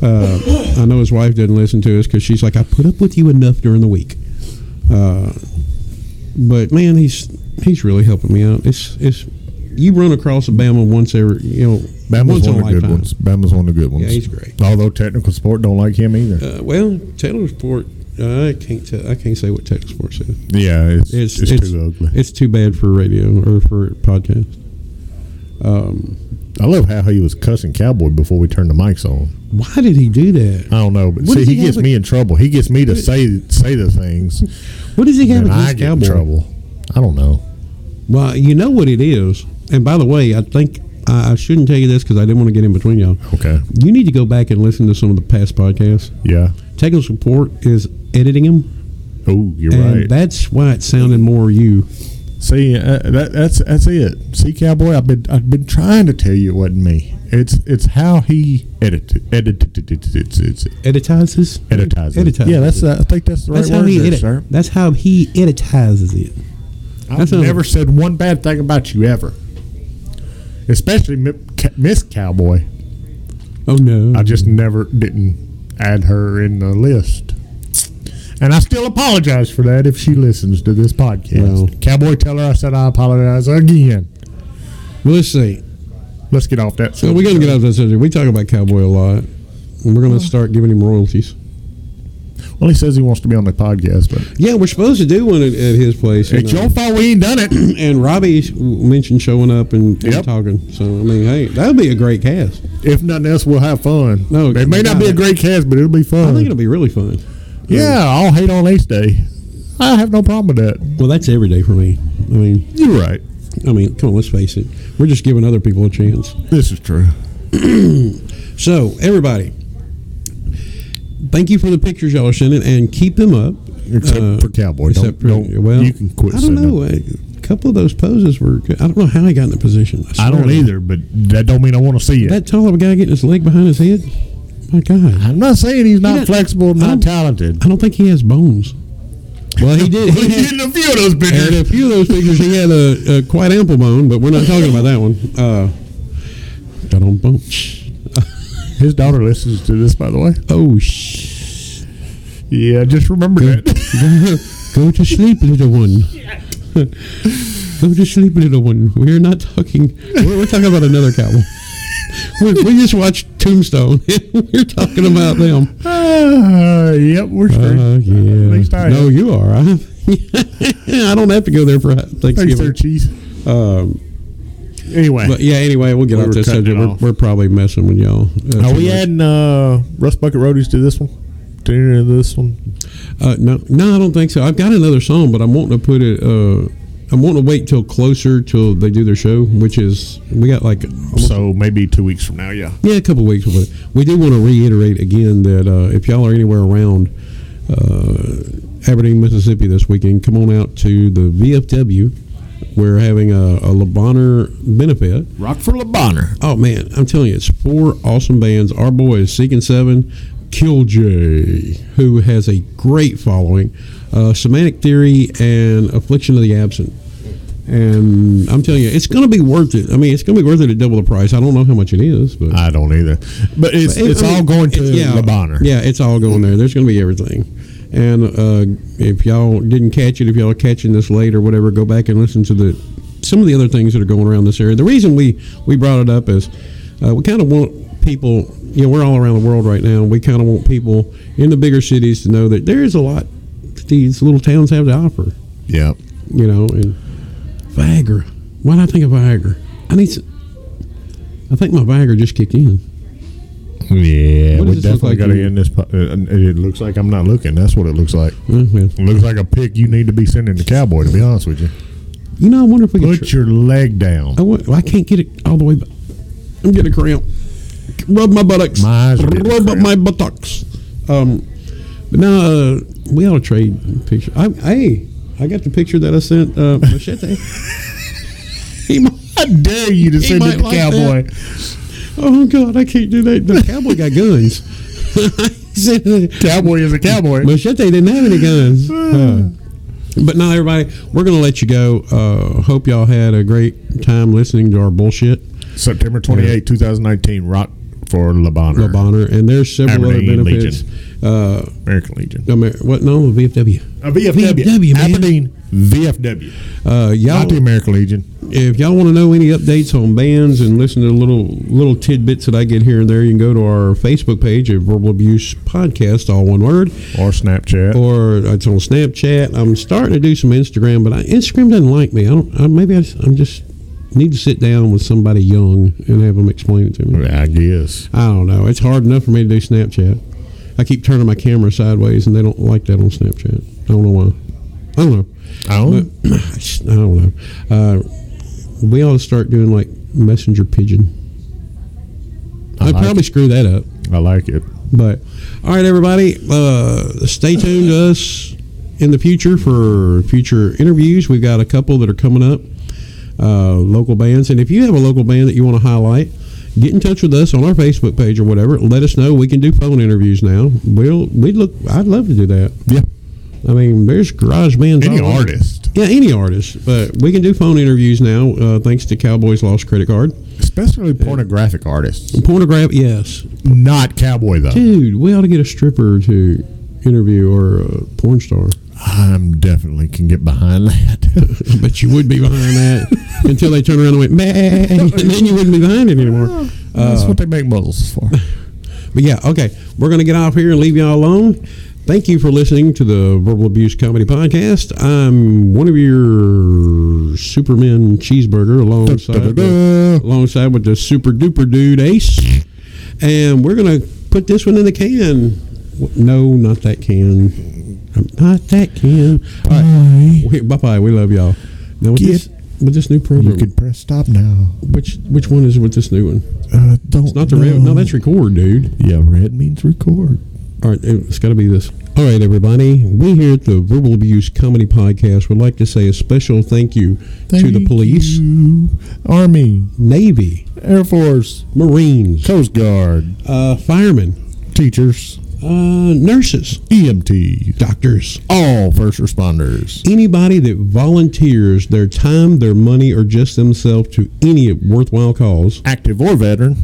B: Uh, I know his wife didn't listen to us because she's like, I put up with you enough during the week. Uh, but man, he's he's really helping me out. It's it's you run across Bama once every you know
A: Bama's
B: once
A: one
B: in a
A: of the good
B: lifetime.
A: ones. Bama's one of the good ones.
B: Yeah, he's great.
A: Although technical support don't like him either.
B: Uh, well, Taylor Sport, I can't tell, I can't say what Taylor Sport said.
A: yeah, it's,
B: It's
A: it's,
B: it's,
A: too ugly.
B: It's too bad for radio or for podcast. Um,
A: I love how he was cussing Cowboy before we turned the mics on.
B: why did he do that?
A: I don't know, but
B: What
A: see,
B: does
A: he,
B: he have
A: gets
B: ag-
A: me in trouble. He gets me to say say the things,
B: What does he have
A: and I
B: against
A: get in
B: Cowboy?
A: trouble. I don't know.
B: Well, you know what it is. And by the way, I think I, I shouldn't tell you this because I didn't want to get in between y'all.
A: Okay,
B: You need to go back and listen to some of the past podcasts.
A: yeah.
B: Technical support is editing them,
A: Oh, you're
B: and
A: right.
B: that's why it sounded more you.
A: see, uh, that that's that's it. See, Cowboy, I've been I've been trying to tell you it wasn't me. It's it's how he edited edited it's it's
B: Editizes.
A: editizes.
B: Editizes.
A: Yeah, that's I think that's the right
B: That's how
A: word,
B: he
A: there,
B: edit.
A: sir.
B: That's how he editizes it.
A: I've
B: That's a-
A: never said one bad thing about you ever, especially Mi- Ca- Miss Cowboy.
B: Oh no!
A: I just never didn't add her in the list. And I still apologize for that if she listens to this podcast.
B: Well-
A: Cowboy, tell her I said I apologize again.
B: Well, let's see.
A: Let's get off that.
B: So we're gonna get out of this subject. We talk about cowboy a lot. And we're gonna start giving him royalties.
A: Well, he says he wants to be on the podcast, but
B: Yeah, we're supposed to do one at, at his place. you
A: it's
B: know.
A: your fault we ain't done it.
B: And Robbie mentioned showing up and, and
A: Yep.
B: talking. So I mean, hey, that would be a great cast.
A: if nothing else, we'll have fun.
B: No,
A: it may not be a
B: God.
A: great cast, but it'll be fun.
B: I think it'll be really fun.
A: yeah, I'll hate on Ace Day. I have no problem with that.
B: Well, that's every day for me. I mean,
A: You're right.
B: I mean, come on, let's face it. We're just giving other people a chance.
A: This is true.
B: So everybody, thank you for the pictures y'all are sending, and keep them up. Uh,
A: Except for Cowboy.
B: except
A: Don't-
B: for-
A: don't- you can quit
B: I don't
A: sending.
B: know. A couple of those poses were. good. I don't know how he got in that position.
A: I
B: swear
A: don't
B: to
A: either, but that don't mean I want to see it.
B: That tall of a guy getting his leg behind his head. My God,
A: I'm not saying he's not
B: don't-
A: flexible,
B: I
A: not [LAUGHS]
B: don't-
A: talented.
B: I don't think he has bones. Well, [LAUGHS] he did. He had,
A: in a few of those
B: and a
A: pictures.
B: few of those pictures, he had a, a quite ample bone, but we're not talking about that one. Uh, got on bone.
A: His daughter listens to this, by the way.
B: Oh sh!
A: Yeah, just remember that. [LAUGHS]
B: Go to sleep, little one. Go to sleep, little one. We're not talking. We're, we're talking about another cowboy. we, we just watched Tombstone. [LAUGHS] we're talking about
A: [LAUGHS]
B: them.
A: Uh, yep, we're screwed.
B: Uh, yeah.
A: Next time.
B: No, you are. I, [LAUGHS] I don't have to go there for
A: Thanks, sir,
B: Thanksgiving.
A: cheese.
B: Um,
A: Anyway,
B: but yeah, anyway, we'll get
A: We
B: off
A: were
B: this
A: cutting it
B: subject. We're,
A: off.
B: we're probably messing with y'all. uh,
A: are
B: too
A: we
B: much.
A: adding uh, Rust Bucket Roadies to this one? To any of this one?
B: Uh, no, no, I don't think so. I've got another song, but I'm wanting to put it. Uh, I'm wanting to wait till closer till they do their show, which is we got like almost-
A: So maybe two weeks from now, yeah.
B: yeah, a couple weeks. With it. We do want to reiterate again that uh, if y'all are anywhere around uh, Aberdeen, Mississippi this weekend, come on out to the VFW. We're having a, a LeBonner benefit.
A: Rock for LeBonner.
B: Oh man, I'm telling you, it's four awesome bands. Our boys, Seeking Seven, Killjay, who has a great following, uh, Semantic Theory, and Affliction of the Absent. And I'm telling you, it's going to be worth it. I mean, it's going to be worth it at double the price. I don't know how much it is, but
A: I don't either. But it's
B: I
A: it's
B: mean,
A: all going to
B: it- yeah,
A: LeBonner.
B: Yeah, it's all going there. There's going to be everything. And uh, if y'all didn't catch it, if y'all are catching this late or whatever, go back and listen to the some of the other things that are going around this area. The reason we we brought it up is uh, we kind of want people. You know, we're all around the world right now. and We kind of want people in the bigger cities to know that there is a lot that these little towns have to offer.
A: Yep.
B: You know, and Viagra. Why did I think of Viagra? I need. Some, I think my Viagra just kicked in.
A: Yeah,
B: What
A: we
B: does this look
A: definitely
B: like
A: got to
B: to
A: get
B: you?
A: in this. po- uh, and It looks like I'm not looking. That's what it looks like.
B: Uh, well,
A: It looks like a pick you need to be sending the cowboy. To be honest with you,
B: You know, I wonder if we could. tr-
A: put your leg down.
B: I, want, I can't get it all the way back. I'm getting a cramp. Rub my buttocks.
A: My eyes are getting
B: Rub up
A: cramped.
B: my buttocks. Um, but now uh, we ought to trade pictures. I, hey, I got the picture that I sent
A: [LAUGHS]
B: uh, Machete. [LAUGHS] he, mi-
A: How dare you to
B: He
A: send it
B: might
A: to
B: like
A: cowboy?
B: oh God, I can't do that. The cowboy got guns. [LAUGHS] He said-
A: Cowboy is a cowboy.
B: Machete didn't have
A: [LAUGHS]
B: any guns. Huh. But now, everybody, we're going to let you go. Uh, hope y'all had a great time listening to our bullshit.
A: September 28, 2019, Rock for LeBonner.
B: Rob Bonner, and there's several
A: Aberdeen
B: other benefits. Uh,
A: American Legion.
B: Amer- what? No, VFW.
A: Uh, VFW.
B: VFW, man.
A: Aberdeen. VFW.
B: Uh, y'all,
A: Not the American Legion.
B: if y'all want to know any updates on bands and listen to little little tidbits that I get here and there, you can go to our Facebook page at Verbal Abuse Podcast, all one word,
A: Or Snapchat.
B: or it's on Snapchat. I'm starting to do some Instagram, but I, Instagram doesn't like me. I don't. I, maybe I, just- I'm just need to sit down with somebody young and have them explain it to me.
A: I guess.
B: I don't know. It's hard enough for me to do Snapchat. I keep turning my camera sideways, and they don't like that on Snapchat. I don't know why. I don't know.
A: I don't know.
B: But [CLEARS THROAT] I just- I don't know. Uh, we ought to start doing like messenger pigeon.
A: I,
B: I'd
A: like
B: probably screw that up.
A: it. I like it.
B: But all right, everybody, uh, stay tuned to us in the future for future interviews. We've got a couple that are coming up, uh, local bands, and if you have a local band that you want to highlight, get in touch with us on our Facebook page or whatever. Let us know. We can do phone interviews now. We'll we look. I'd love to do that.
A: Yeah.
B: I mean, there's garage bands.
A: Any
B: all over.
A: artist.
B: Yeah, any artist. But we can do phone interviews now, uh, thanks to Cowboys Lost Credit Card.
A: Especially pornographic artists.
B: Pornograph, yes.
A: Not cowboy, though.
B: Dude, we ought to get a stripper to interview or a porn star.
A: I'm definitely can get behind that.
B: [LAUGHS]
A: [LAUGHS]
B: But you would be behind that until they turn around and went, man, and then you wouldn't be behind it anymore.
A: That's what they make muzzles [LAUGHS] for.
B: But yeah, okay. We're going to get off here and leave y'all alone. Thank you for listening to the Verbal Abuse Comedy Podcast. I'm one of your Superman [LAUGHS] Cheeseburger alongside, the,
A: Da-da-da.
B: alongside with the super duper dude Ace. And we're going to put this one in the can. W- No, not that can. Not that can. All right. Bye bye. We love y'all. Now, with,
A: Get-
B: this, with this new
A: You
B: program,
A: could press stop now.
B: which which one is with this new one?
A: Uh, don't.
B: Not the red. No, that's record, dude.
A: Yeah, red means record.
B: All right, it's got to be this. All right, everybody. We here at the Verbal Abuse Comedy Podcast would like to say a special thank you to the
A: Thank
B: police,
A: you. Army,
B: Navy,
A: Air Force,
B: Marines,
A: Coast Guard,
B: uh, firemen,
A: teachers, E
B: uh, nurses,
A: EMTs,
B: doctors,
A: all first responders.
B: anybody that volunteers their time, their money, or just themselves to any worthwhile cause,
A: Active or veteran,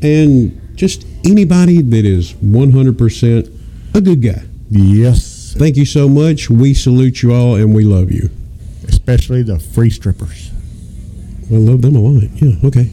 B: and just anybody that is 100% a good guy.
A: yes,
B: Thank you so much. We salute you all and we love you.
A: especially the free strippers.
B: I love them a lot. Yeah, okay.